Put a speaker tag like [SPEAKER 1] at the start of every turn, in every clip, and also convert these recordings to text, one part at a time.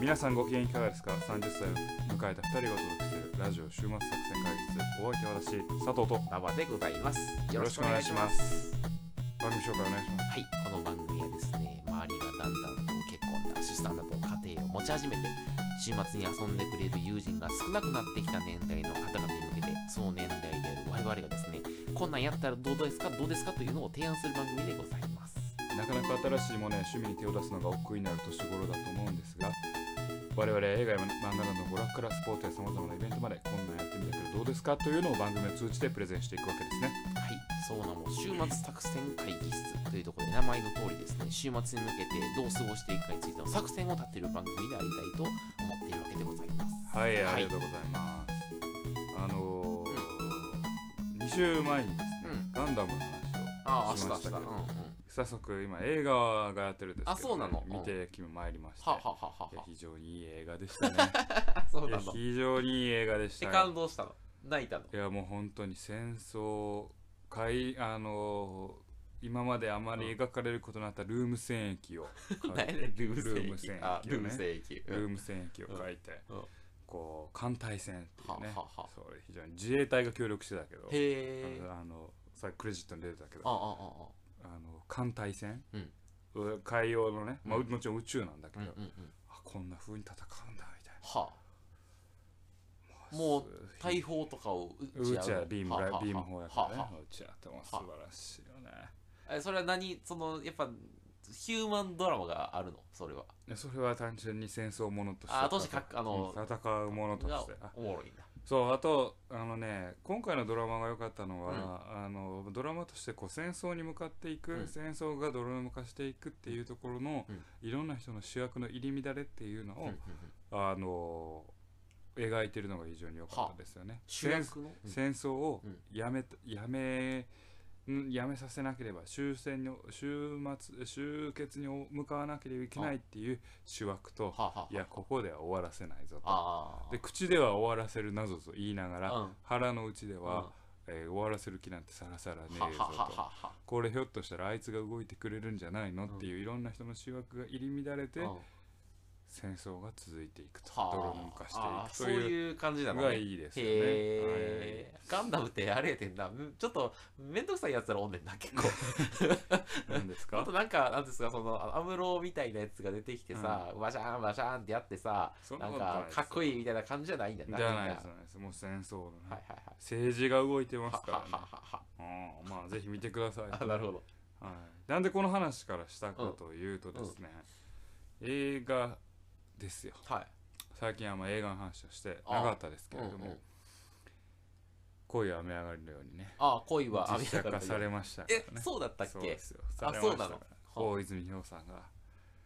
[SPEAKER 1] 皆さんご機嫌いかがですか ?30 歳を迎えた2人がお届けするラジオ週末作戦会議室お相手は私佐藤と
[SPEAKER 2] 馬場でございます。。
[SPEAKER 1] よろしくお願いしますす番組紹介お願いします
[SPEAKER 2] はい、この番組はですね、周りがだんだんと結婚だ、出産だと家庭を持ち始めて、週末に遊んでくれる友人が少なくなってきた年代の方々に向けて、その年代である我々がですね、こんなんやったらどうですか、どうですかというのを提案する番組でございます。
[SPEAKER 1] なかなか新しいものや趣味に手を出すのが億劫になる年頃だと思うんですが我々は映画や漫画などの娯楽からスポーツやさまざまなイベントまでこんなんやってみたけどどうですかというのを番組を通じてプレゼンしていくわけですね
[SPEAKER 2] はい、そうなの週末作戦会議室というところで名前の通りですね、週末に向けてどう過ごしていくかについての作戦を立てる番組でありたいと思っているわけでございます。
[SPEAKER 1] はいありがとうございます、あのー、2週前にですね、
[SPEAKER 2] うん
[SPEAKER 1] ガンダムの話
[SPEAKER 2] あ
[SPEAKER 1] を
[SPEAKER 2] あ、
[SPEAKER 1] し
[SPEAKER 2] 明
[SPEAKER 1] まし
[SPEAKER 2] 日、
[SPEAKER 1] た
[SPEAKER 2] 明
[SPEAKER 1] け
[SPEAKER 2] 日。
[SPEAKER 1] ど
[SPEAKER 2] うんうん。は
[SPEAKER 1] 早速今映画がやってるんですけど、
[SPEAKER 2] あそうなの
[SPEAKER 1] 見てきまいりまして、
[SPEAKER 2] あはあはあはい
[SPEAKER 1] や
[SPEAKER 2] は
[SPEAKER 1] 非常にいい映画でしたね
[SPEAKER 2] あ。 そう
[SPEAKER 1] いや
[SPEAKER 2] なんだ。
[SPEAKER 1] 非常にいい映画でし
[SPEAKER 2] え、
[SPEAKER 1] た
[SPEAKER 2] 感
[SPEAKER 1] よ
[SPEAKER 2] 動したの泣いたの
[SPEAKER 1] いやもう本当に戦争かいあのー今まであまり描かれることのあったルーム戦役を
[SPEAKER 2] 何やねんルーム
[SPEAKER 1] ルーム
[SPEAKER 2] 聖
[SPEAKER 1] 聖
[SPEAKER 2] 域
[SPEAKER 1] 域
[SPEAKER 2] あ
[SPEAKER 1] ルー
[SPEAKER 2] ル
[SPEAKER 1] ム
[SPEAKER 2] ーム聖域う
[SPEAKER 1] ルー
[SPEAKER 2] ん
[SPEAKER 1] ム戦役を描いて、
[SPEAKER 2] うん
[SPEAKER 1] こう艦隊戦っていうね
[SPEAKER 2] ははは
[SPEAKER 1] そう非常に自衛隊が協力してたけど
[SPEAKER 2] へえ
[SPEAKER 1] あのさクレジットに出てたけど
[SPEAKER 2] あああああ
[SPEAKER 1] あの艦隊戦、
[SPEAKER 2] うん
[SPEAKER 1] う海洋のね、まあ、
[SPEAKER 2] うん
[SPEAKER 1] もちろん宇宙なんだけ
[SPEAKER 2] うん
[SPEAKER 1] ど、
[SPEAKER 2] うんうん
[SPEAKER 1] あこんな風に戦うんだみたい
[SPEAKER 2] はあ
[SPEAKER 1] な
[SPEAKER 2] もう
[SPEAKER 1] す
[SPEAKER 2] 大砲とかを撃
[SPEAKER 1] うち
[SPEAKER 2] 合
[SPEAKER 1] は
[SPEAKER 2] う
[SPEAKER 1] ビーム
[SPEAKER 2] は
[SPEAKER 1] ラ
[SPEAKER 2] あはあ
[SPEAKER 1] ビーム砲やからね
[SPEAKER 2] はあは
[SPEAKER 1] うちはってもう素晴らしいよね
[SPEAKER 2] あえそれは何そのやっぱヒューマンドラマがあるのそれは
[SPEAKER 1] でそれは単純に戦争ものとして
[SPEAKER 2] ああとしてかあの
[SPEAKER 1] うん戦うものと
[SPEAKER 2] が
[SPEAKER 1] してあ
[SPEAKER 2] おもろいんだ
[SPEAKER 1] そうあとあのね今回のドラマが良かったのは、あのドラマとしてこう戦争に向かっていく、
[SPEAKER 2] うん
[SPEAKER 1] 戦争が泥沼化していくっていうところの、
[SPEAKER 2] うん
[SPEAKER 1] いろんな人の主役の入り乱れっていうの
[SPEAKER 2] うんう
[SPEAKER 1] を
[SPEAKER 2] んう、ん
[SPEAKER 1] あの描いてるのが非常に良かったですよね。
[SPEAKER 2] 主役のうん
[SPEAKER 1] 戦争を
[SPEAKER 2] うん
[SPEAKER 1] やめたやめんやめさせなければ終戦に終末終結に向かわなければいけないっていう主役と
[SPEAKER 2] はあはい
[SPEAKER 1] やここでは終わらせないぞ
[SPEAKER 2] あ
[SPEAKER 1] と
[SPEAKER 2] はあ
[SPEAKER 1] で口では終わらせるなぞと言いながら、
[SPEAKER 2] うん
[SPEAKER 1] 腹の内では
[SPEAKER 2] は、
[SPEAKER 1] えー終わらせる気なんてさらさらねえ
[SPEAKER 2] あはあ
[SPEAKER 1] ぞ
[SPEAKER 2] はあ
[SPEAKER 1] と
[SPEAKER 2] はあ
[SPEAKER 1] これひょっとしたらあいつが動いてくれるんじゃないのっていういろんな人の主役が入り乱れて
[SPEAKER 2] うんは
[SPEAKER 1] 戦争が続いていくと
[SPEAKER 2] あ
[SPEAKER 1] 泥沼化して
[SPEAKER 2] ああ
[SPEAKER 1] いく
[SPEAKER 2] そう
[SPEAKER 1] という
[SPEAKER 2] いう感じな
[SPEAKER 1] の
[SPEAKER 2] の
[SPEAKER 1] が
[SPEAKER 2] ね
[SPEAKER 1] いいですよね。はい
[SPEAKER 2] へえ、ガンダムってあれやてんな、むちょっとめんどくさいやつらおんねんな、結構。
[SPEAKER 1] なんです
[SPEAKER 2] あ
[SPEAKER 1] か
[SPEAKER 2] となんか、なんですか、その、あアムロみたいなやつが出てきてさ、バシャーンバシャーンってやってさ、
[SPEAKER 1] そんな
[SPEAKER 2] なん
[SPEAKER 1] ことない
[SPEAKER 2] か
[SPEAKER 1] です、
[SPEAKER 2] かっこいいみたいな感じじゃないんだよ
[SPEAKER 1] じ
[SPEAKER 2] な。
[SPEAKER 1] ゃないです
[SPEAKER 2] み
[SPEAKER 1] じゃな
[SPEAKER 2] ん
[SPEAKER 1] いですもう戦争のね、
[SPEAKER 2] なはいはいはい。
[SPEAKER 1] 政治が動いてます
[SPEAKER 2] はは
[SPEAKER 1] からね
[SPEAKER 2] はは
[SPEAKER 1] うんまあぜひ見てください、
[SPEAKER 2] あ、なるほど。
[SPEAKER 1] はい、なんでこの話からしたかというとですね、映画ですよ
[SPEAKER 2] はい。
[SPEAKER 1] 最近あんま映画の話をしてなかったですけれども、
[SPEAKER 2] あうんうん
[SPEAKER 1] 恋は雨上がりのようにね
[SPEAKER 2] ああ、恋は
[SPEAKER 1] 実写
[SPEAKER 2] か
[SPEAKER 1] 化
[SPEAKER 2] った
[SPEAKER 1] さ
[SPEAKER 2] よ
[SPEAKER 1] れましたから
[SPEAKER 2] え
[SPEAKER 1] ね、
[SPEAKER 2] そうだったっ
[SPEAKER 1] そう
[SPEAKER 2] け
[SPEAKER 1] ですよ
[SPEAKER 2] あ
[SPEAKER 1] されました
[SPEAKER 2] そうなの
[SPEAKER 1] から
[SPEAKER 2] は
[SPEAKER 1] 大泉洋さんが
[SPEAKER 2] あ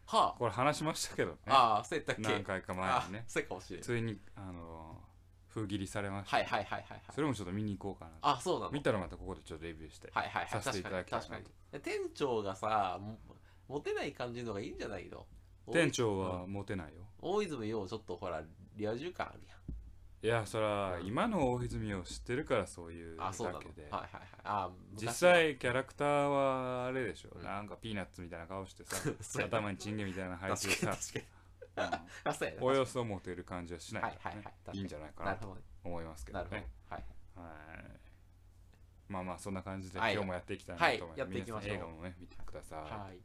[SPEAKER 2] は
[SPEAKER 1] これ話しましたけどね
[SPEAKER 2] あ、ああ、そうやったっけ
[SPEAKER 1] 何回か前に
[SPEAKER 2] あ
[SPEAKER 1] ね
[SPEAKER 2] そうかもしれない。
[SPEAKER 1] ついにあの封切りされました、
[SPEAKER 2] はいはいはいはいはい。
[SPEAKER 1] それもちょっと見に行こうかなと
[SPEAKER 2] あ、そうなの
[SPEAKER 1] 見たらまたここでちょっとレビューして、
[SPEAKER 2] はいはいは
[SPEAKER 1] さ
[SPEAKER 2] い、
[SPEAKER 1] せてい
[SPEAKER 2] 確
[SPEAKER 1] ただ
[SPEAKER 2] か
[SPEAKER 1] き
[SPEAKER 2] に
[SPEAKER 1] たいな
[SPEAKER 2] 確かに。店長がさ、もモテない感じのがいいんじゃないの
[SPEAKER 1] 店長はモテないよ、
[SPEAKER 2] 大泉洋ちょっとほら、リア充感あるやん。
[SPEAKER 1] いやそら
[SPEAKER 2] うん
[SPEAKER 1] 今の大泉を知ってるからそういうだ
[SPEAKER 2] あ、そうなの。はい
[SPEAKER 1] けで、
[SPEAKER 2] はいはい。あ、昔
[SPEAKER 1] 実。際キャラクターはあれでしょ、
[SPEAKER 2] うん
[SPEAKER 1] なんかピーナッツみたいな顔してさ
[SPEAKER 2] そうやな
[SPEAKER 1] 頭にチンゲみたいな配置で
[SPEAKER 2] 確かに
[SPEAKER 1] さ、
[SPEAKER 2] 確かに。
[SPEAKER 1] う
[SPEAKER 2] あ、そうや
[SPEAKER 1] ん
[SPEAKER 2] な。
[SPEAKER 1] およそモテる感じはしないから、ね
[SPEAKER 2] はいはいはい確かに
[SPEAKER 1] いんじゃないか
[SPEAKER 2] な
[SPEAKER 1] な
[SPEAKER 2] るほ
[SPEAKER 1] と
[SPEAKER 2] どね。
[SPEAKER 1] 思いますけど
[SPEAKER 2] なる
[SPEAKER 1] ね
[SPEAKER 2] ほど。はい。
[SPEAKER 1] はいまあまあそんな感じで
[SPEAKER 2] は
[SPEAKER 1] 今
[SPEAKER 2] い
[SPEAKER 1] 日もやっていきたいなと思います、
[SPEAKER 2] はいやっていきましょう
[SPEAKER 1] 皆さん映画もね見てください、
[SPEAKER 2] はい。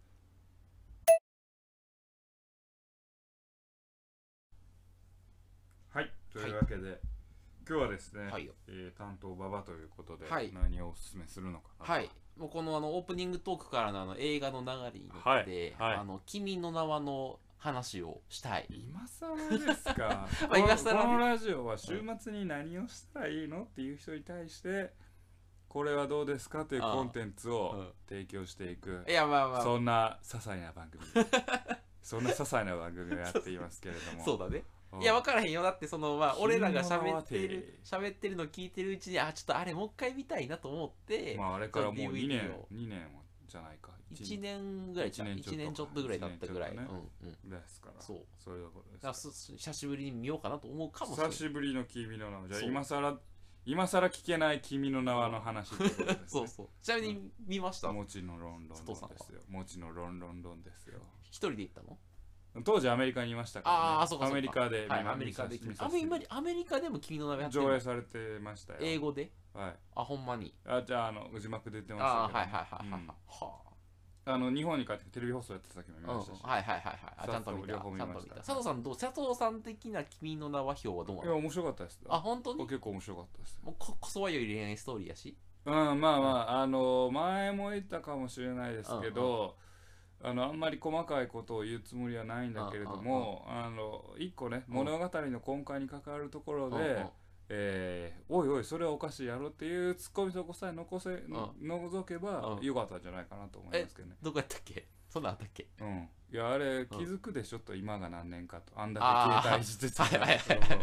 [SPEAKER 1] はい、というわけで、今日はですね、
[SPEAKER 2] はいよ
[SPEAKER 1] えー担当馬場ということで、
[SPEAKER 2] はい
[SPEAKER 1] 何をおすすめするのかなと
[SPEAKER 2] はい。もうこのあのオープニングトークからのあの映画の流れに乗って、
[SPEAKER 1] はいはい
[SPEAKER 2] あの君の名はの話をしたい。
[SPEAKER 1] 今更ですか
[SPEAKER 2] まあ今
[SPEAKER 1] この
[SPEAKER 2] 更
[SPEAKER 1] このラジオは週末に何をしたらいいのっていう人に対してこれはどうですかという
[SPEAKER 2] ああ
[SPEAKER 1] コンテンツ
[SPEAKER 2] う
[SPEAKER 1] を
[SPEAKER 2] ん
[SPEAKER 1] 提供していく
[SPEAKER 2] いや、まあまあ、
[SPEAKER 1] そんな些細な番組 そんな些細な番組をやっていますけれども
[SPEAKER 2] そうだね。
[SPEAKER 1] うん
[SPEAKER 2] いや、分からへんよ。だって、その、まあ、
[SPEAKER 1] 君
[SPEAKER 2] 俺
[SPEAKER 1] の
[SPEAKER 2] ら
[SPEAKER 1] 名は
[SPEAKER 2] が喋ってる
[SPEAKER 1] て、
[SPEAKER 2] 喋ってるの聞いてるうちに、あ、ちょっとあれ、もう一回見たいなと思って、
[SPEAKER 1] まああれからもう
[SPEAKER 2] その DVD
[SPEAKER 1] 2年
[SPEAKER 2] を
[SPEAKER 1] 2年もじゃないか
[SPEAKER 2] 1年ぐらいちゃう、
[SPEAKER 1] 一
[SPEAKER 2] 1
[SPEAKER 1] 年
[SPEAKER 2] 年
[SPEAKER 1] ち
[SPEAKER 2] ち
[SPEAKER 1] ょ
[SPEAKER 2] ょ
[SPEAKER 1] っ
[SPEAKER 2] っ
[SPEAKER 1] と
[SPEAKER 2] と
[SPEAKER 1] か
[SPEAKER 2] ぐらい経ったぐら
[SPEAKER 1] 一
[SPEAKER 2] い。う
[SPEAKER 1] 年
[SPEAKER 2] ん
[SPEAKER 1] ちょ
[SPEAKER 2] うん。だ
[SPEAKER 1] ですから
[SPEAKER 2] そう
[SPEAKER 1] そういうことです
[SPEAKER 2] からすす久しぶりに見ようかなと思うかもしれな
[SPEAKER 1] 久
[SPEAKER 2] い。
[SPEAKER 1] しぶりの君の名はじゃあ
[SPEAKER 2] そう
[SPEAKER 1] 今さら今さら聞けない君の名はの話ってことですね
[SPEAKER 2] そうそう。ちなみに見ました。
[SPEAKER 1] もちのロンロンロンです
[SPEAKER 2] 佐藤
[SPEAKER 1] よもちのロンロンロンですよ
[SPEAKER 2] 一人で行ったの
[SPEAKER 1] 当時アメリカにいましたから、ね、
[SPEAKER 2] あーそうかそうか
[SPEAKER 1] アメリカで見,、
[SPEAKER 2] はい、アメリカで
[SPEAKER 1] 見さ
[SPEAKER 2] ア
[SPEAKER 1] せ
[SPEAKER 2] メ
[SPEAKER 1] て
[SPEAKER 2] 今アメリカでも君の名前やってる
[SPEAKER 1] 上
[SPEAKER 2] の
[SPEAKER 1] 映されてましたよ
[SPEAKER 2] 英語で
[SPEAKER 1] はい
[SPEAKER 2] あほんまに
[SPEAKER 1] あじゃああの字幕出てました
[SPEAKER 2] あ
[SPEAKER 1] けど
[SPEAKER 2] ーはい
[SPEAKER 1] ね、
[SPEAKER 2] はいはいはいはい
[SPEAKER 1] うん
[SPEAKER 2] は
[SPEAKER 1] あの日本に帰ってテレビ放送やってた時も見
[SPEAKER 2] あうん
[SPEAKER 1] ましたし、
[SPEAKER 2] はいはいはいはいあちゃんと見たち
[SPEAKER 1] 両方見
[SPEAKER 2] ゃ
[SPEAKER 1] ま
[SPEAKER 2] ん
[SPEAKER 1] した
[SPEAKER 2] と見た佐藤さんどう佐藤さん的な君の名は表はどうないの
[SPEAKER 1] や面白かったです
[SPEAKER 2] あ本当に
[SPEAKER 1] 結構面白かったです
[SPEAKER 2] もうここそはよい恋愛ストーリーやし
[SPEAKER 1] うんまあまあ、あの前も言ったかもしれないですけど、あのあんまり細かいことを言うつもりはないんだけれども、あの一個ね、
[SPEAKER 2] うん
[SPEAKER 1] 物語の根幹に関わるところで、
[SPEAKER 2] うんうん
[SPEAKER 1] えーおいおいそれはおかしいやろっていうツッコミとこさえ残せ、の除けば
[SPEAKER 2] うん
[SPEAKER 1] よかったんじゃないかなと思いますけどね、
[SPEAKER 2] どこやったっけそんなんあったっけ
[SPEAKER 1] うん、いやあれ気づくでしょと今が何年かとあんだけ携帯してた
[SPEAKER 2] あーはいはいはい
[SPEAKER 1] そうそう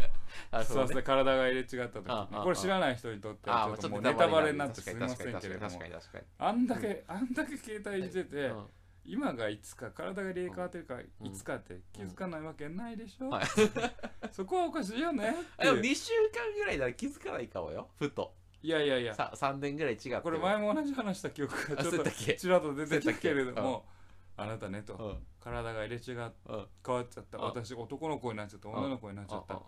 [SPEAKER 2] あ
[SPEAKER 1] そう
[SPEAKER 2] そう
[SPEAKER 1] です
[SPEAKER 2] ね
[SPEAKER 1] ね、体が入れ違った時
[SPEAKER 2] ああ
[SPEAKER 1] にこれ知らない人にとっては
[SPEAKER 2] ーま
[SPEAKER 1] ちょっともう
[SPEAKER 2] ちょ
[SPEAKER 1] ネ
[SPEAKER 2] っと
[SPEAKER 1] タバレになってすみ
[SPEAKER 2] 確
[SPEAKER 1] ま
[SPEAKER 2] か
[SPEAKER 1] せんけれども
[SPEAKER 2] 確かに確かに
[SPEAKER 1] あんだけあんだけ携帯してて
[SPEAKER 2] 確かに
[SPEAKER 1] 今がいつか体が入れ替わってるから
[SPEAKER 2] ん
[SPEAKER 1] いつかって気づかないわけないでしょ
[SPEAKER 2] はい
[SPEAKER 1] そこはおかしいよねっ
[SPEAKER 2] あ
[SPEAKER 1] てい
[SPEAKER 2] で
[SPEAKER 1] う
[SPEAKER 2] も2週間ぐらいなら気づかないかもよふと
[SPEAKER 1] いやいやいや
[SPEAKER 2] さ3年ぐらい違っても
[SPEAKER 1] これ前も同じ話した記憶が
[SPEAKER 2] あ
[SPEAKER 1] ちょ
[SPEAKER 2] そう
[SPEAKER 1] っと
[SPEAKER 2] だっけ
[SPEAKER 1] ちらっと出てきたけれど
[SPEAKER 2] そうだっ
[SPEAKER 1] もあなたね
[SPEAKER 2] うんう
[SPEAKER 1] と
[SPEAKER 2] ん
[SPEAKER 1] 体が入れ違っ
[SPEAKER 2] うん
[SPEAKER 1] 変わっちゃった
[SPEAKER 2] あ
[SPEAKER 1] 私男の子になっちゃった女の子になっちゃった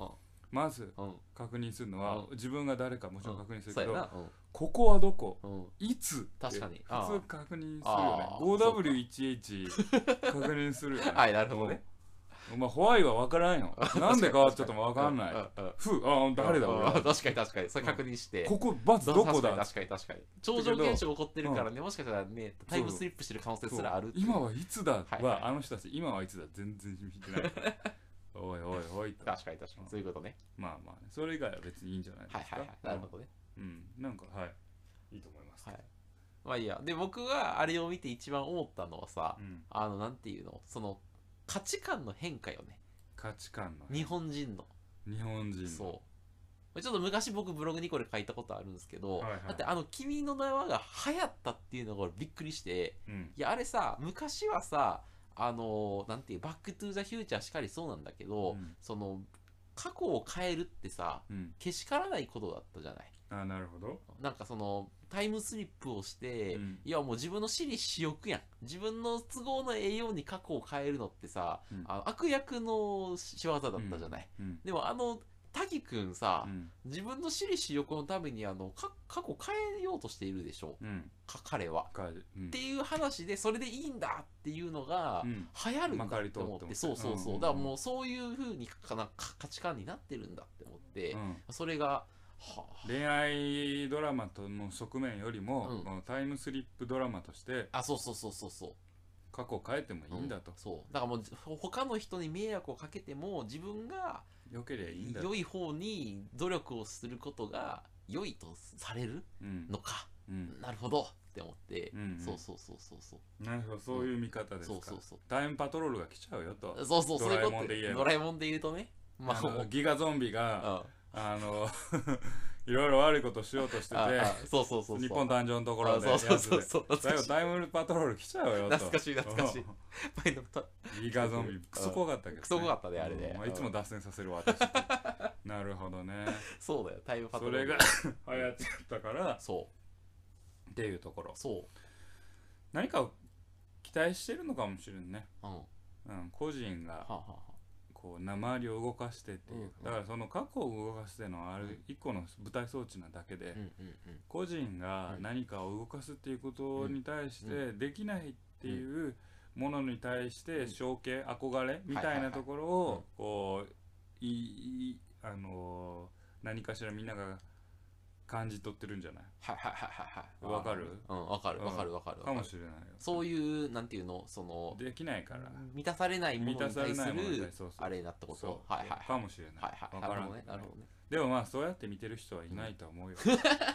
[SPEAKER 1] まず
[SPEAKER 2] うん
[SPEAKER 1] 確認するのは
[SPEAKER 2] う
[SPEAKER 1] 自分が誰かもちろん確認する
[SPEAKER 2] そう
[SPEAKER 1] け
[SPEAKER 2] や
[SPEAKER 1] ど
[SPEAKER 2] なうん
[SPEAKER 1] ここはどこ
[SPEAKER 2] うん
[SPEAKER 1] いつ
[SPEAKER 2] 確かにああ
[SPEAKER 1] 普通確認するよね
[SPEAKER 2] ああ
[SPEAKER 1] 5W1H 確認す るよね
[SPEAKER 2] はいなるほどね
[SPEAKER 1] お前ホワイは分からんよなんで変わっちゃったか分かんない
[SPEAKER 2] うんうん
[SPEAKER 1] ふうああ誰だ
[SPEAKER 2] うん
[SPEAKER 1] 俺 は
[SPEAKER 2] 確かに確かにそれ確認して
[SPEAKER 1] ここバツどこだ
[SPEAKER 2] 確かに確かに確かに超常現象起こってるからねもしかしたらねタイムスリップしてる可能性すらあるっていう
[SPEAKER 1] 今はいつだ
[SPEAKER 2] はいはい
[SPEAKER 1] はあの人たち今はいつだ全然響いてない おいおいおいと
[SPEAKER 2] 確かに確かにそういうことね
[SPEAKER 1] まあまあねそれ以外は別にいいんじゃないです
[SPEAKER 2] はい
[SPEAKER 1] か
[SPEAKER 2] はいはいなるほどね
[SPEAKER 1] うんなんかはいいいと思います
[SPEAKER 2] はいまあいいやで僕があれを見て一番思ったのはさ
[SPEAKER 1] うん
[SPEAKER 2] あのなんていうのその価値観の変化よね
[SPEAKER 1] 価値観の
[SPEAKER 2] 日本人の
[SPEAKER 1] 日本人の
[SPEAKER 2] そうちょっと昔僕ブログにこれ書いたことあるんですけど、
[SPEAKER 1] はいはい
[SPEAKER 2] だってあの「君の名は」が流行ったっていうのが俺びっくりして
[SPEAKER 1] うん
[SPEAKER 2] いやあれさ昔はさあのなんていう「バック・トゥ・ザ・フューチャー」しかりそうなんだけど、
[SPEAKER 1] うん
[SPEAKER 2] その過去を変えるってさ
[SPEAKER 1] うん
[SPEAKER 2] けしからないことだったじゃない
[SPEAKER 1] あなるほど
[SPEAKER 2] なんかそのタイムスリップをして、
[SPEAKER 1] うん
[SPEAKER 2] いやもう自分の私利私欲やん自分の都合の栄養に過去を変えるのってさ、
[SPEAKER 1] うん
[SPEAKER 2] あの悪役の仕業だったじゃない、
[SPEAKER 1] うん
[SPEAKER 2] でもあの滝くんさ、
[SPEAKER 1] うん
[SPEAKER 2] 自分の私利私欲のためにあのか過去変えようとしているでしょ
[SPEAKER 1] うん
[SPEAKER 2] か彼は。
[SPEAKER 1] かうん
[SPEAKER 2] っていう話でそれでいいんだっていうのが
[SPEAKER 1] うん
[SPEAKER 2] 流行るんだ
[SPEAKER 1] まか
[SPEAKER 2] っ
[SPEAKER 1] り通
[SPEAKER 2] て
[SPEAKER 1] って
[SPEAKER 2] 思
[SPEAKER 1] も
[SPEAKER 2] って、そうそうそううんだからもうそういうふうにかなか価値観になってるんだって思って、
[SPEAKER 1] うん
[SPEAKER 2] それがは
[SPEAKER 1] 恋愛ドラマとの側面よりも、
[SPEAKER 2] うん
[SPEAKER 1] このタイムスリップドラマとして
[SPEAKER 2] あそうそうそうそうそう
[SPEAKER 1] 過去を変えてもいいんだと
[SPEAKER 2] う、そうだからもうほ他の人に迷惑をかけても自分が
[SPEAKER 1] 良ければいいんだと、
[SPEAKER 2] 良い方に努力をすることが良いとされる
[SPEAKER 1] うん
[SPEAKER 2] のか、
[SPEAKER 1] うん、
[SPEAKER 2] なるほどって思って、
[SPEAKER 1] うんうん
[SPEAKER 2] そうそうそうそうそう
[SPEAKER 1] なるほどそういう見方ですか、
[SPEAKER 2] そうそうそう
[SPEAKER 1] タイムパトロールが来ちゃうよと
[SPEAKER 2] そうそう、そういう
[SPEAKER 1] ドラえ
[SPEAKER 2] こ
[SPEAKER 1] も
[SPEAKER 2] と
[SPEAKER 1] んで言えば
[SPEAKER 2] ドラえもんで言うとね。まあ、
[SPEAKER 1] あ
[SPEAKER 2] も
[SPEAKER 1] の
[SPEAKER 2] う
[SPEAKER 1] ギガゾンビ
[SPEAKER 2] うん
[SPEAKER 1] が、
[SPEAKER 2] あ
[SPEAKER 1] あの いろいろ悪いことしようとしてて
[SPEAKER 2] あそうそうそうそう。
[SPEAKER 1] 日本誕生のところ
[SPEAKER 2] あ
[SPEAKER 1] で
[SPEAKER 2] そうそう
[SPEAKER 1] やつ
[SPEAKER 2] そう
[SPEAKER 1] で
[SPEAKER 2] そう。
[SPEAKER 1] 最後
[SPEAKER 2] 懐かしい。
[SPEAKER 1] タイムパトロール来ちゃうよと
[SPEAKER 2] 懐かしい懐かしい前の歌
[SPEAKER 1] うんギガゾンビクソ怖かったけど、ね、
[SPEAKER 2] クソ怖かったねあれね
[SPEAKER 1] うんまいつも脱線させるわ 私なるほどね
[SPEAKER 2] そうだよ、タイムパト
[SPEAKER 1] そ
[SPEAKER 2] ロ
[SPEAKER 1] れ
[SPEAKER 2] ール
[SPEAKER 1] が流行っちゃったから
[SPEAKER 2] そ
[SPEAKER 1] っていうところ
[SPEAKER 2] う、そ
[SPEAKER 1] 何かを期待してるのかもしれんね、
[SPEAKER 2] う。うん。は
[SPEAKER 1] うん、個人
[SPEAKER 2] あ
[SPEAKER 1] が
[SPEAKER 2] はあは
[SPEAKER 1] こう鉛を動かしてっていう、
[SPEAKER 2] うん
[SPEAKER 1] だからその過去を動かしてのある一個の舞台装置なだけで、
[SPEAKER 2] あ。うんうんうん。
[SPEAKER 1] 個人が何かを動かすっていうことに対してできないっていうものに対して承継憧れみたいなところをこういいいあのー何かしらみんなが感じ取ってるんじゃない
[SPEAKER 2] はいはいはいはいはい。
[SPEAKER 1] わかる
[SPEAKER 2] うん、わかるわかるわかる。
[SPEAKER 1] かもしれないよ。
[SPEAKER 2] そういう、なんていうの、その、
[SPEAKER 1] できないから
[SPEAKER 2] 満たされないも
[SPEAKER 1] 満
[SPEAKER 2] の
[SPEAKER 1] た
[SPEAKER 2] に
[SPEAKER 1] さ
[SPEAKER 2] 対
[SPEAKER 1] れ
[SPEAKER 2] す
[SPEAKER 1] ないものに
[SPEAKER 2] る
[SPEAKER 1] 対、そうそう
[SPEAKER 2] あれだってこ
[SPEAKER 1] そ
[SPEAKER 2] と。
[SPEAKER 1] う
[SPEAKER 2] はいはい
[SPEAKER 1] か
[SPEAKER 2] はい。
[SPEAKER 1] もしれない。
[SPEAKER 2] はいはい。
[SPEAKER 1] わ
[SPEAKER 2] な
[SPEAKER 1] か
[SPEAKER 2] る
[SPEAKER 1] らん
[SPEAKER 2] ほどね、なるほどね。
[SPEAKER 1] でもまあそうやって見てる人はいないとは思うよ。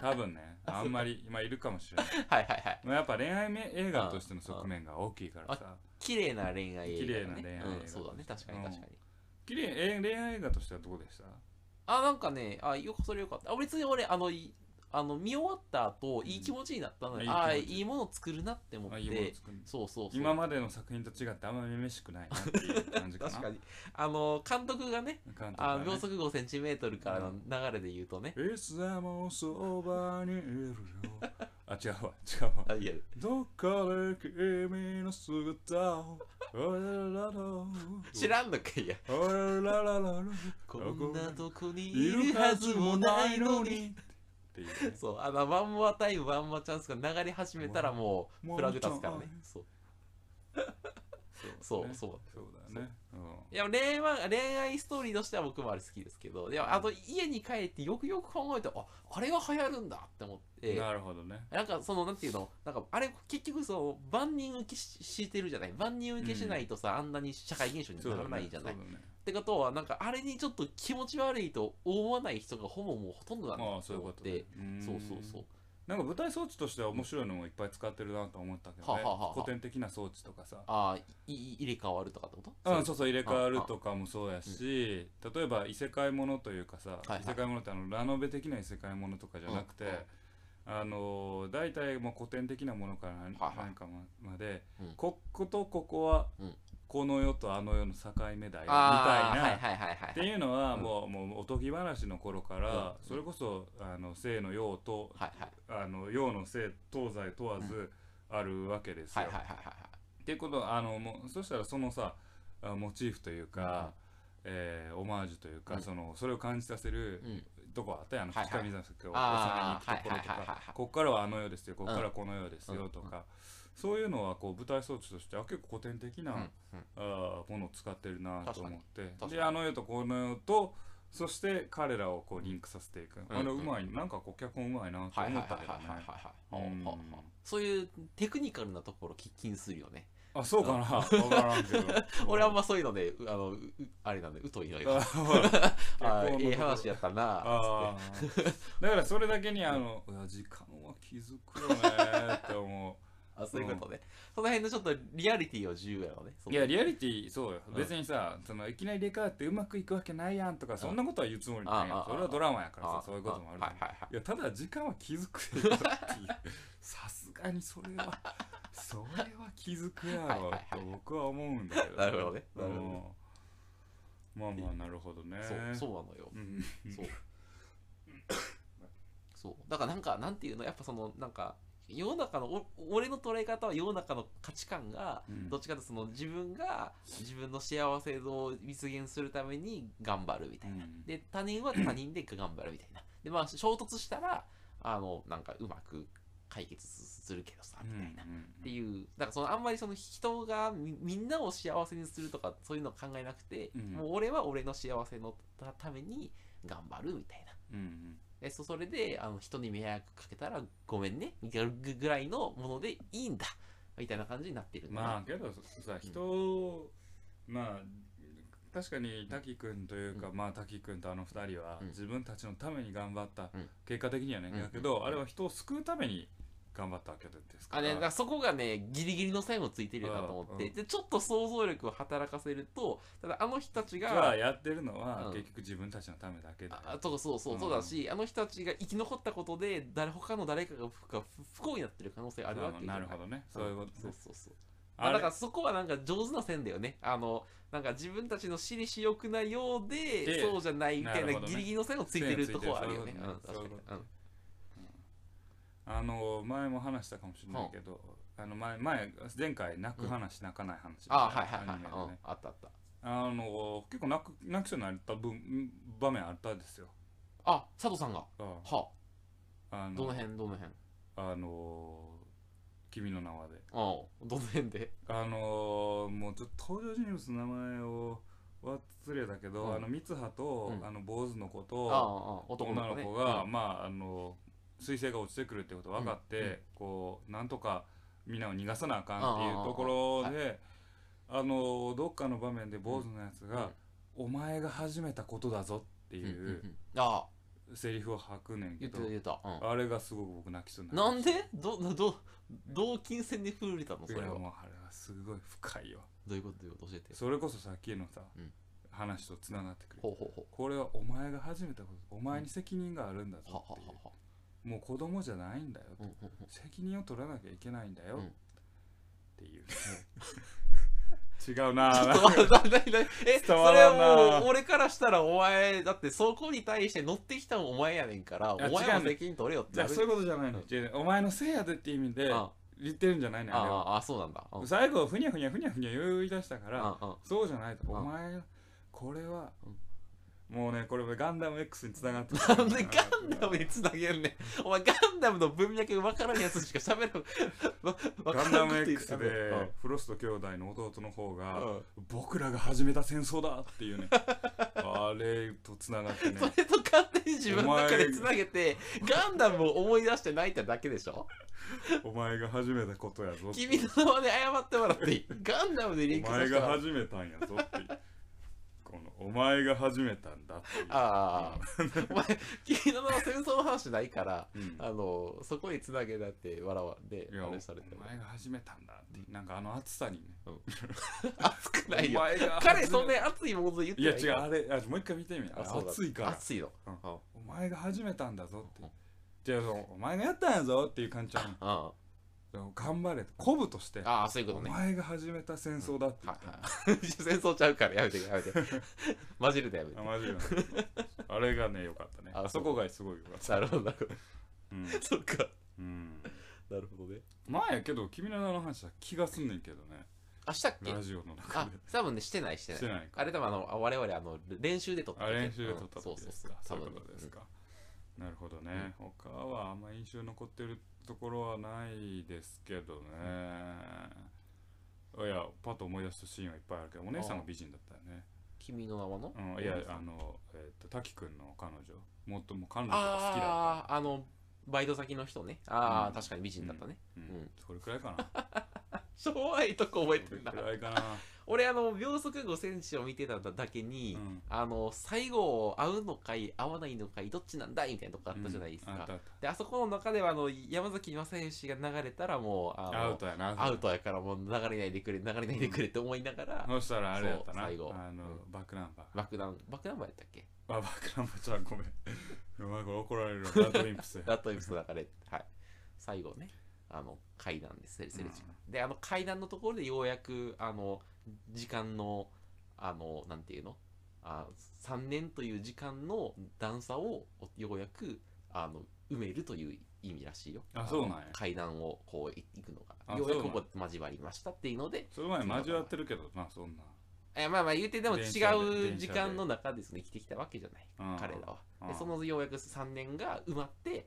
[SPEAKER 1] 多分ね、あんまり今いるかもしれない。
[SPEAKER 2] はいはいはい。
[SPEAKER 1] まあやっぱ恋愛め映画としての側面が大きいからさ。
[SPEAKER 2] 綺麗な恋愛映画だ
[SPEAKER 1] 綺麗
[SPEAKER 2] ね。
[SPEAKER 1] な恋愛映画
[SPEAKER 2] うん、そうだね、確かに確かに。
[SPEAKER 1] 綺麗え恋愛映画としてはどうでした
[SPEAKER 2] あ、なんかね、あ、よくそれよかった。あ、別に俺、あの、いあの見終わった後、いい気持ちになったので、
[SPEAKER 1] うん
[SPEAKER 2] あ
[SPEAKER 1] いい気持ち
[SPEAKER 2] いいもの作るなって思っ
[SPEAKER 1] あ
[SPEAKER 2] て、
[SPEAKER 1] いいもの作る
[SPEAKER 2] そうそうそう。
[SPEAKER 1] 今までの作品と違ってあんまりめめしくないなっていう感じかな
[SPEAKER 2] 確かに。あの、監督がね、
[SPEAKER 1] 監督が
[SPEAKER 2] あ
[SPEAKER 1] ね
[SPEAKER 2] 秒速5センチメートルからの流れで言うとね、
[SPEAKER 1] いつでもそばにいるよあ違うわ違うわ
[SPEAKER 2] あ、いや、
[SPEAKER 1] どっかで君の姿をおらららら
[SPEAKER 2] 知らんのかいや。
[SPEAKER 1] おららららら
[SPEAKER 2] こんなとこに
[SPEAKER 1] い
[SPEAKER 2] いる
[SPEAKER 1] る
[SPEAKER 2] は
[SPEAKER 1] は
[SPEAKER 2] ず
[SPEAKER 1] ず
[SPEAKER 2] も
[SPEAKER 1] も
[SPEAKER 2] な
[SPEAKER 1] ないい
[SPEAKER 2] の
[SPEAKER 1] の
[SPEAKER 2] に。
[SPEAKER 1] にっていうね
[SPEAKER 2] そう、あの、ワンモアタイム、ワンモアチャンスが流れ始めたらもう、
[SPEAKER 1] もう
[SPEAKER 2] フラグ立つから
[SPEAKER 1] も。
[SPEAKER 2] ね
[SPEAKER 1] う
[SPEAKER 2] そう。
[SPEAKER 1] そう
[SPEAKER 2] そう、そう。
[SPEAKER 1] そうだね
[SPEAKER 2] いや、恋愛、恋愛ストーリーとしては僕もあれ好きですけど、でも、あと、家に帰ってよくよく考えて、あ、あれが流行るんだって思っ
[SPEAKER 1] うん
[SPEAKER 2] て、
[SPEAKER 1] なるほどね
[SPEAKER 2] なんかそのなんていうのなんかあれ結局その万人受けししてるじゃない万人受けしないとさ、あんなに社会現象に
[SPEAKER 1] そう
[SPEAKER 2] な
[SPEAKER 1] だ
[SPEAKER 2] ら
[SPEAKER 1] ね
[SPEAKER 2] ないじゃない、
[SPEAKER 1] そうだね
[SPEAKER 2] ってことはなんかあれにちょっと気持ち悪いと思わない人がほぼもうほとんどなんだ
[SPEAKER 1] ああ
[SPEAKER 2] って
[SPEAKER 1] そういう
[SPEAKER 2] 思っ
[SPEAKER 1] こと
[SPEAKER 2] て
[SPEAKER 1] ねん
[SPEAKER 2] そうそうそう
[SPEAKER 1] なんか舞台装置としては面白いのもいっぱい使ってるなと思ったけど
[SPEAKER 2] は
[SPEAKER 1] ね
[SPEAKER 2] あはあはあ
[SPEAKER 1] 古典的な装置とかさ
[SPEAKER 2] ああいい入れ替わるとかってこと
[SPEAKER 1] うん、
[SPEAKER 2] そ
[SPEAKER 1] そうそう入れ替わるとかもそうやし例えば異世界ものというかさ、
[SPEAKER 2] いはい
[SPEAKER 1] 異世界ものってあのラノベ的な異世界ものとかじゃなくて、
[SPEAKER 2] うんうん
[SPEAKER 1] あのー大体もう古典的なものから何,、
[SPEAKER 2] はいはい
[SPEAKER 1] なんかままで、
[SPEAKER 2] うん
[SPEAKER 1] こことここは
[SPEAKER 2] うん
[SPEAKER 1] この世とあの世の境目だよみたいな、
[SPEAKER 2] ああはいはいはい
[SPEAKER 1] っ
[SPEAKER 2] は
[SPEAKER 1] て
[SPEAKER 2] い
[SPEAKER 1] いうのは
[SPEAKER 2] うん
[SPEAKER 1] もう,、もうおとぎ話の頃から、
[SPEAKER 2] うん
[SPEAKER 1] それこそあの西の陽と
[SPEAKER 2] はいはい
[SPEAKER 1] あの陽の西東西問わずあるわけです
[SPEAKER 2] はいはい
[SPEAKER 1] よ。
[SPEAKER 2] はいはいはい
[SPEAKER 1] っていうことあのもうそしたらそのさあモチーフというか、えーオマージュというか、
[SPEAKER 2] うん
[SPEAKER 1] そのそれを感じさせる
[SPEAKER 2] うん
[SPEAKER 1] とこあったやんあの
[SPEAKER 2] はい
[SPEAKER 1] 北
[SPEAKER 2] はい
[SPEAKER 1] 見崎を幼
[SPEAKER 2] あ
[SPEAKER 1] い
[SPEAKER 2] ー
[SPEAKER 1] ところと
[SPEAKER 2] はいはいはいはい
[SPEAKER 1] か
[SPEAKER 2] はい
[SPEAKER 1] こっからはあの世ですよこっか
[SPEAKER 2] う
[SPEAKER 1] らこの世です
[SPEAKER 2] う
[SPEAKER 1] よ
[SPEAKER 2] ん
[SPEAKER 1] とか、そういうのはこう舞台装置としてあ結構古典的な、
[SPEAKER 2] うんうん
[SPEAKER 1] あーものを使ってるなと思って
[SPEAKER 2] 確かに
[SPEAKER 1] であの世とこの世とそして彼らをこうリンクさせていく、
[SPEAKER 2] うん
[SPEAKER 1] あれうまいなんかこう脚本うまいなと
[SPEAKER 2] はいはい
[SPEAKER 1] 思
[SPEAKER 2] は
[SPEAKER 1] ったけ
[SPEAKER 2] い
[SPEAKER 1] ど
[SPEAKER 2] は
[SPEAKER 1] ね
[SPEAKER 2] いはいはい
[SPEAKER 1] うん
[SPEAKER 2] はあはあそういうテクニカルなところ喫緊するよね
[SPEAKER 1] あそう かな分からんけど
[SPEAKER 2] 俺はあんまそういうのでうあのううあれなんで疎い のよ
[SPEAKER 1] あほら結構
[SPEAKER 2] ああ
[SPEAKER 1] のとこ
[SPEAKER 2] ええ話やったな
[SPEAKER 1] あーだからそれだけにあのいや時間は気づくよねって 思
[SPEAKER 2] あそういうことね、その辺のちょっとリアリティは重要やろねそうの
[SPEAKER 1] いやリアリティそうよ
[SPEAKER 2] うん
[SPEAKER 1] 別にさそのいきなり入れ替わってうまくいくわけないやんとかそんなことは言うつもりない
[SPEAKER 2] ああ
[SPEAKER 1] よ
[SPEAKER 2] あ
[SPEAKER 1] それはドラマやから
[SPEAKER 2] あ
[SPEAKER 1] さそういうこともあるじゃん
[SPEAKER 2] はいはいはい
[SPEAKER 1] いやただ時間は気づくよっていう さすがにそれはそれは気づくやろと僕は思うんだけど
[SPEAKER 2] なるほどねなるほどね
[SPEAKER 1] うんまあまあなるほどね
[SPEAKER 2] そうそう
[SPEAKER 1] う、
[SPEAKER 2] なのよ
[SPEAKER 1] ん、
[SPEAKER 2] そう そうだからなんかなんていうのやっぱそのなんか世の中のお俺の捉え方は世の中の価値観が
[SPEAKER 1] うん
[SPEAKER 2] どっちかというとその自分が自分の幸せを実現するために頑張るみたいな、
[SPEAKER 1] うん
[SPEAKER 2] で他人は他人で頑張るみたいなでまあ衝突したらあのなんかうまく解決するけどさみたいな、
[SPEAKER 1] うんうん
[SPEAKER 2] っていうだからそのあんまりその人がみみんなを幸せにするとかそういうのを考えなくて、
[SPEAKER 1] うん
[SPEAKER 2] もう俺は俺の幸せのたために頑張るみたいな
[SPEAKER 1] うんうん
[SPEAKER 2] でそそれであの人に迷惑かけたらごめんねみたいなぐらいのものでいいんだみたいな感じになってるんだな
[SPEAKER 1] まあけどさ人を、まあ確かに滝君というか、まあ滝君とあの二人は、
[SPEAKER 2] うん
[SPEAKER 1] 自分たちのために頑張った、
[SPEAKER 2] うん
[SPEAKER 1] 結果的にはね、
[SPEAKER 2] うん
[SPEAKER 1] だけどあれは人を救うために頑張ったわけですか
[SPEAKER 2] あ
[SPEAKER 1] ら
[SPEAKER 2] れだからそこがねギリギリの線をついてるよなと思って、
[SPEAKER 1] うんうん
[SPEAKER 2] でちょっと想像力を働かせるとただあの人たち
[SPEAKER 1] じゃ
[SPEAKER 2] が
[SPEAKER 1] あやってるのは、
[SPEAKER 2] うん
[SPEAKER 1] 結局自分たちのためだけだよ
[SPEAKER 2] あそうそうそう
[SPEAKER 1] うん
[SPEAKER 2] そうだし、あの人たちが生き残ったことで誰他の誰かが不幸不幸になってる可能性あるわけ
[SPEAKER 1] うん
[SPEAKER 2] じゃ
[SPEAKER 1] ないるほどねそういうこと
[SPEAKER 2] そ
[SPEAKER 1] ね
[SPEAKER 2] うそうそうま
[SPEAKER 1] あ
[SPEAKER 2] あ、
[SPEAKER 1] れ
[SPEAKER 2] だからそこはなんか上手な線だよねあのなんか自分たちの私利私欲なようで
[SPEAKER 1] で
[SPEAKER 2] そうじゃないみた
[SPEAKER 1] な
[SPEAKER 2] いな
[SPEAKER 1] るほどね
[SPEAKER 2] ギリギリの線をついてるとこはあるよね
[SPEAKER 1] 線をついてる
[SPEAKER 2] う
[SPEAKER 1] そ
[SPEAKER 2] ん
[SPEAKER 1] ういう
[SPEAKER 2] 確
[SPEAKER 1] こ
[SPEAKER 2] かに
[SPEAKER 1] あの前も話したかもしれないけど、あの前前前回泣く話、泣かない話みたい
[SPEAKER 2] あ
[SPEAKER 1] な
[SPEAKER 2] あはいはいは
[SPEAKER 1] アニ
[SPEAKER 2] い
[SPEAKER 1] メで
[SPEAKER 2] はい、うん
[SPEAKER 1] ね、
[SPEAKER 2] あったあった
[SPEAKER 1] あの結構泣く泣きそうになった部場面あったんですよ、
[SPEAKER 2] あ佐藤さんがは
[SPEAKER 1] うん
[SPEAKER 2] あ
[SPEAKER 1] あの
[SPEAKER 2] どの辺どの辺
[SPEAKER 1] あのー君の名はで。
[SPEAKER 2] うんどの辺で
[SPEAKER 1] あのーもうちょっと登場人物の名前を忘れたけど、
[SPEAKER 2] うん
[SPEAKER 1] あの三葉と、
[SPEAKER 2] うん
[SPEAKER 1] あの坊主の子
[SPEAKER 2] あ
[SPEAKER 1] と
[SPEAKER 2] あああ男
[SPEAKER 1] 女
[SPEAKER 2] の
[SPEAKER 1] の
[SPEAKER 2] 子,、ね、
[SPEAKER 1] 子が、
[SPEAKER 2] うん
[SPEAKER 1] まああの彗星が落ちてくるってこと分かって、
[SPEAKER 2] うんうん
[SPEAKER 1] こうなんとかみんなを逃がさなあかんっていうところで、あのーどっかの場面で坊主のやつが、お前が始めたことだぞ」って
[SPEAKER 2] うんうんう
[SPEAKER 1] いうん
[SPEAKER 2] ああ
[SPEAKER 1] セリフを吐くねんけ
[SPEAKER 2] 言って
[SPEAKER 1] ど、
[SPEAKER 2] た言ってた、うん
[SPEAKER 1] あれがすごく僕泣きそうになり
[SPEAKER 2] な
[SPEAKER 1] ま
[SPEAKER 2] ん
[SPEAKER 1] した
[SPEAKER 2] でどど同金線で振れたのそ
[SPEAKER 1] い
[SPEAKER 2] れ
[SPEAKER 1] や
[SPEAKER 2] は
[SPEAKER 1] もうあれはすごい深いよ
[SPEAKER 2] どういうことどういうこと教えて
[SPEAKER 1] それこそさっきのさ、
[SPEAKER 2] うん
[SPEAKER 1] 話とつながってくる
[SPEAKER 2] ほうほうほ
[SPEAKER 1] これはお前が始めたことお前に責任があるんだ
[SPEAKER 2] うは
[SPEAKER 1] ぞ
[SPEAKER 2] は
[SPEAKER 1] っていう、
[SPEAKER 2] はは
[SPEAKER 1] もう子供じゃないんだよ、
[SPEAKER 2] うんうんうん
[SPEAKER 1] 責任を取らなきゃいけないんだよ、
[SPEAKER 2] うん
[SPEAKER 1] っていう違うな
[SPEAKER 2] ちょ
[SPEAKER 1] ぁ
[SPEAKER 2] っと、なになにえ、そ
[SPEAKER 1] 伝
[SPEAKER 2] れ
[SPEAKER 1] わらんな
[SPEAKER 2] はもう、俺からしたらお前、だってそこに対して乗ってきたのお前やねんから、お
[SPEAKER 1] いや
[SPEAKER 2] 前も
[SPEAKER 1] 違うね
[SPEAKER 2] 責任取れよって
[SPEAKER 1] じゃあ
[SPEAKER 2] なる。
[SPEAKER 1] そういうことじゃないの、違うお前のせいやでっていう意味で
[SPEAKER 2] あ
[SPEAKER 1] 言ってるんじゃないの
[SPEAKER 2] あ
[SPEAKER 1] よあれ
[SPEAKER 2] あ
[SPEAKER 1] は
[SPEAKER 2] ああそうなんだうん
[SPEAKER 1] 最後ふにゃふにゃふにゃふにゃ言い出したから
[SPEAKER 2] ああ
[SPEAKER 1] そうじゃないと、
[SPEAKER 2] うん
[SPEAKER 1] お前これは、もうねこれガンダム X につながって
[SPEAKER 2] なんでガンダムにつなげんねんお前ガンダムの文脈分からんやつしか喋る
[SPEAKER 1] ガンダム X で
[SPEAKER 2] うん
[SPEAKER 1] フロスト兄弟の弟の方が、
[SPEAKER 2] うん
[SPEAKER 1] 僕らが始めた戦争だって いうねあれとつながってね
[SPEAKER 2] それと勝手に自分の中でつなげてガンダムを思い出して泣いただけでしょ
[SPEAKER 1] お前が始めたことやぞって
[SPEAKER 2] 君の名前で謝ってもらっていいガンダムでリンク
[SPEAKER 1] お
[SPEAKER 2] さ
[SPEAKER 1] 前
[SPEAKER 2] せても
[SPEAKER 1] が
[SPEAKER 2] らう
[SPEAKER 1] 始めたんやぞっていうこのお前が始めたんだっていう
[SPEAKER 2] ああお前君の名は戦争の話ないから
[SPEAKER 1] うん
[SPEAKER 2] あのそこにつなげだって笑わで
[SPEAKER 1] いや
[SPEAKER 2] あれされて
[SPEAKER 1] お
[SPEAKER 2] も
[SPEAKER 1] 前が始めたんだっていうなんかあの暑さにね
[SPEAKER 2] 熱くない
[SPEAKER 1] お
[SPEAKER 2] よ
[SPEAKER 1] 前が
[SPEAKER 2] 彼そ
[SPEAKER 1] の
[SPEAKER 2] んな熱いもの言って
[SPEAKER 1] い
[SPEAKER 2] な
[SPEAKER 1] や
[SPEAKER 2] い
[SPEAKER 1] 違うあれあもう一回見てみ
[SPEAKER 2] あそうだ
[SPEAKER 1] 暑いから
[SPEAKER 2] 熱いの
[SPEAKER 1] うん
[SPEAKER 2] うん
[SPEAKER 1] お前が始めたんだぞって
[SPEAKER 2] うん
[SPEAKER 1] じゃあそのお前がやったんやぞっていう感じちゃう
[SPEAKER 2] あ
[SPEAKER 1] の頑張れと鼓舞として
[SPEAKER 2] あそういうこ
[SPEAKER 1] お
[SPEAKER 2] とね
[SPEAKER 1] 前が始めた戦争だって言
[SPEAKER 2] は
[SPEAKER 1] っ
[SPEAKER 2] い
[SPEAKER 1] て
[SPEAKER 2] はい戦争ちゃうからやめてやめて 混じるのやめて
[SPEAKER 1] あマジであれがね良かったね
[SPEAKER 2] あ
[SPEAKER 1] そこがすごい良かった
[SPEAKER 2] なるほどなるほど
[SPEAKER 1] うん
[SPEAKER 2] そっか
[SPEAKER 1] うん
[SPEAKER 2] なるほどね
[SPEAKER 1] まあやけど君の名の話は気がすんねんけどね
[SPEAKER 2] あしたっけ
[SPEAKER 1] ラジオの中
[SPEAKER 2] あ
[SPEAKER 1] で
[SPEAKER 2] 多分ねしてないしてない
[SPEAKER 1] してないか
[SPEAKER 2] あれ多分あのあ我々あの練習で撮った
[SPEAKER 1] あ練習で撮った
[SPEAKER 2] そう
[SPEAKER 1] 時
[SPEAKER 2] そう
[SPEAKER 1] です
[SPEAKER 2] そ
[SPEAKER 1] か
[SPEAKER 2] う
[SPEAKER 1] そ
[SPEAKER 2] 多
[SPEAKER 1] ういう
[SPEAKER 2] 分
[SPEAKER 1] ことですかなるほどね他はあんま印象に残ってるところはないですけどねいやパッと思い出すシーンはいっぱいあるけどお姉さんが美人だったよね
[SPEAKER 2] 君の名はの
[SPEAKER 1] うんいやあのえっと滝くんの彼女もっともう彼女が好きだ
[SPEAKER 2] あああのバイト先の人ねああ、
[SPEAKER 1] うん
[SPEAKER 2] 確かに美人だったね、
[SPEAKER 1] う
[SPEAKER 2] うん
[SPEAKER 1] んそれくらいか な
[SPEAKER 2] しょうがいとこ覚え
[SPEAKER 1] そ
[SPEAKER 2] て
[SPEAKER 1] れ
[SPEAKER 2] んな
[SPEAKER 1] くらいかな
[SPEAKER 2] 俺あの秒速5センチを見てただけに、
[SPEAKER 1] うん
[SPEAKER 2] あの最後会うのかい会わないのかいどっちなんだいみたいなとこあったじゃないですか、
[SPEAKER 1] うんあったあっ
[SPEAKER 2] であそこの中ではあの山崎正義が流れたらもうあ
[SPEAKER 1] たアウ
[SPEAKER 2] の
[SPEAKER 1] トやな
[SPEAKER 2] アウトやからもう流れないでくれ流れないでくれって思いながら、
[SPEAKER 1] そしたらあれやったな
[SPEAKER 2] そう最後
[SPEAKER 1] あのバックナンバー
[SPEAKER 2] 爆弾爆弾魔やったっけ
[SPEAKER 1] あ、バクランバちゃんご めん。うまく怒られるわ。ラッドウィンプス。
[SPEAKER 2] ラットウィンプスの中で、はい、最後ねあの階段ですれすれ違う、であの階段のところでようやくあの時間のあのなんていうのあ3年という時間の段差をようやくあの埋めるという意味らしいよ
[SPEAKER 1] あそうなんや
[SPEAKER 2] の階段をこうい行くのが
[SPEAKER 1] あ
[SPEAKER 2] ようやく
[SPEAKER 1] そうな
[SPEAKER 2] こ
[SPEAKER 1] ん
[SPEAKER 2] こ交わりましたっていうので
[SPEAKER 1] それ前交わってるけど、まあそんな。
[SPEAKER 2] えまあまあ言うてでも違
[SPEAKER 1] 電車で電車
[SPEAKER 2] う
[SPEAKER 1] で
[SPEAKER 2] 時間の中ですね生きてきたわけじゃない
[SPEAKER 1] うん
[SPEAKER 2] 彼らは
[SPEAKER 1] う
[SPEAKER 2] で
[SPEAKER 1] ん
[SPEAKER 2] そのようやく3年が埋まって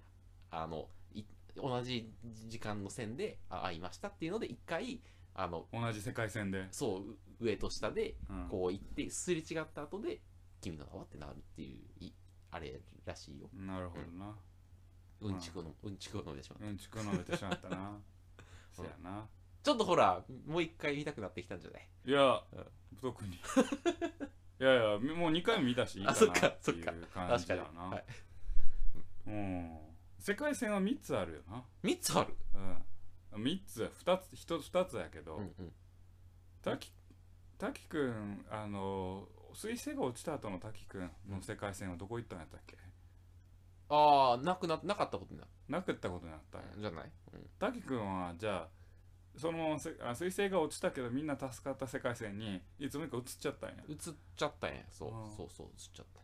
[SPEAKER 2] あのい同じ時間の線であ会いましたっていうので一回あの
[SPEAKER 1] 同じ世界線で。
[SPEAKER 2] そう上と下で
[SPEAKER 1] うん
[SPEAKER 2] こう行ってすれ違った後で「君の名は?」ってなるっていういあれらしいよ
[SPEAKER 1] なるほどな。
[SPEAKER 2] うんちくのうんちくを飲み出しまう
[SPEAKER 1] うんちくのべてしまった な。そやな。
[SPEAKER 2] ちょっとほらもう一回見たくなってきたんじゃない
[SPEAKER 1] いや
[SPEAKER 2] うん、
[SPEAKER 1] 特に。い やいや、もう2回も見たし、いいか
[SPEAKER 2] あそっ
[SPEAKER 1] な
[SPEAKER 2] か
[SPEAKER 1] っていう
[SPEAKER 2] そっ
[SPEAKER 1] 感
[SPEAKER 2] 確
[SPEAKER 1] じ
[SPEAKER 2] か
[SPEAKER 1] だ
[SPEAKER 2] に、は。、
[SPEAKER 1] ないうん。世界線は3つあるよな。
[SPEAKER 2] 3つある
[SPEAKER 1] うん。3つ、2つ、1つ、2つやけど
[SPEAKER 2] う、んうん
[SPEAKER 1] 滝滝くんあの彗星が落ちた後の滝くんの世界線はどこ行ったんやったっけ
[SPEAKER 2] ああなくななかったことになっ
[SPEAKER 1] なくったことになったんや
[SPEAKER 2] たんじゃない、うん、
[SPEAKER 1] 滝くんはじゃあそのまませあ彗星が落ちたけどみんな助かった世界線にいつもにか移っちゃったんや
[SPEAKER 2] 映っちゃったんやそう
[SPEAKER 1] うん
[SPEAKER 2] そうそう映っちゃった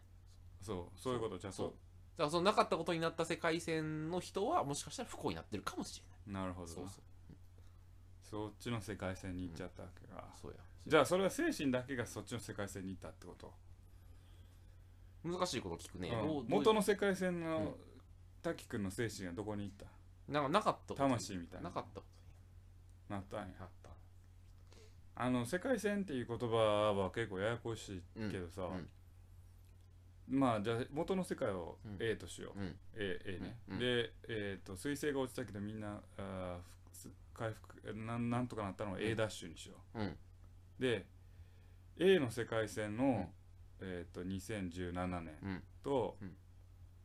[SPEAKER 1] そうそういうことじゃあ
[SPEAKER 2] そ
[SPEAKER 1] そう
[SPEAKER 2] だからそのなかったことになった世界線の人はもしかしたら不幸になってるかもしれないう
[SPEAKER 1] なるほど
[SPEAKER 2] そうそう
[SPEAKER 1] そっちの世界線に行っちゃったわけか、
[SPEAKER 2] そうや
[SPEAKER 1] じゃあそれは精神だけがそっちの世界線に行ったってこと、
[SPEAKER 2] 難しいこと聞くね、
[SPEAKER 1] うん
[SPEAKER 2] どうどう
[SPEAKER 1] 元の世界線の、
[SPEAKER 2] うん
[SPEAKER 1] 滝くんの精神はどこに行った
[SPEAKER 2] なんかなかったことに
[SPEAKER 1] 魂みたいな
[SPEAKER 2] なかったこ
[SPEAKER 1] なったんや
[SPEAKER 2] とになった
[SPEAKER 1] あの世界線っていう言葉は結構ややこしいけどさ、
[SPEAKER 2] うん
[SPEAKER 1] まあじゃあ元の世界を
[SPEAKER 2] うん
[SPEAKER 1] A としよう、
[SPEAKER 2] うん
[SPEAKER 1] A, A ね、
[SPEAKER 2] うんうん
[SPEAKER 1] で、えー、と彗星が落ちたけどみんなあーふ回復なんなんとかなったのを A ダッシュにしよ
[SPEAKER 2] うん
[SPEAKER 1] う、で A の世界線の、
[SPEAKER 2] ん
[SPEAKER 1] えー、と2017年
[SPEAKER 2] うん
[SPEAKER 1] と、
[SPEAKER 2] うん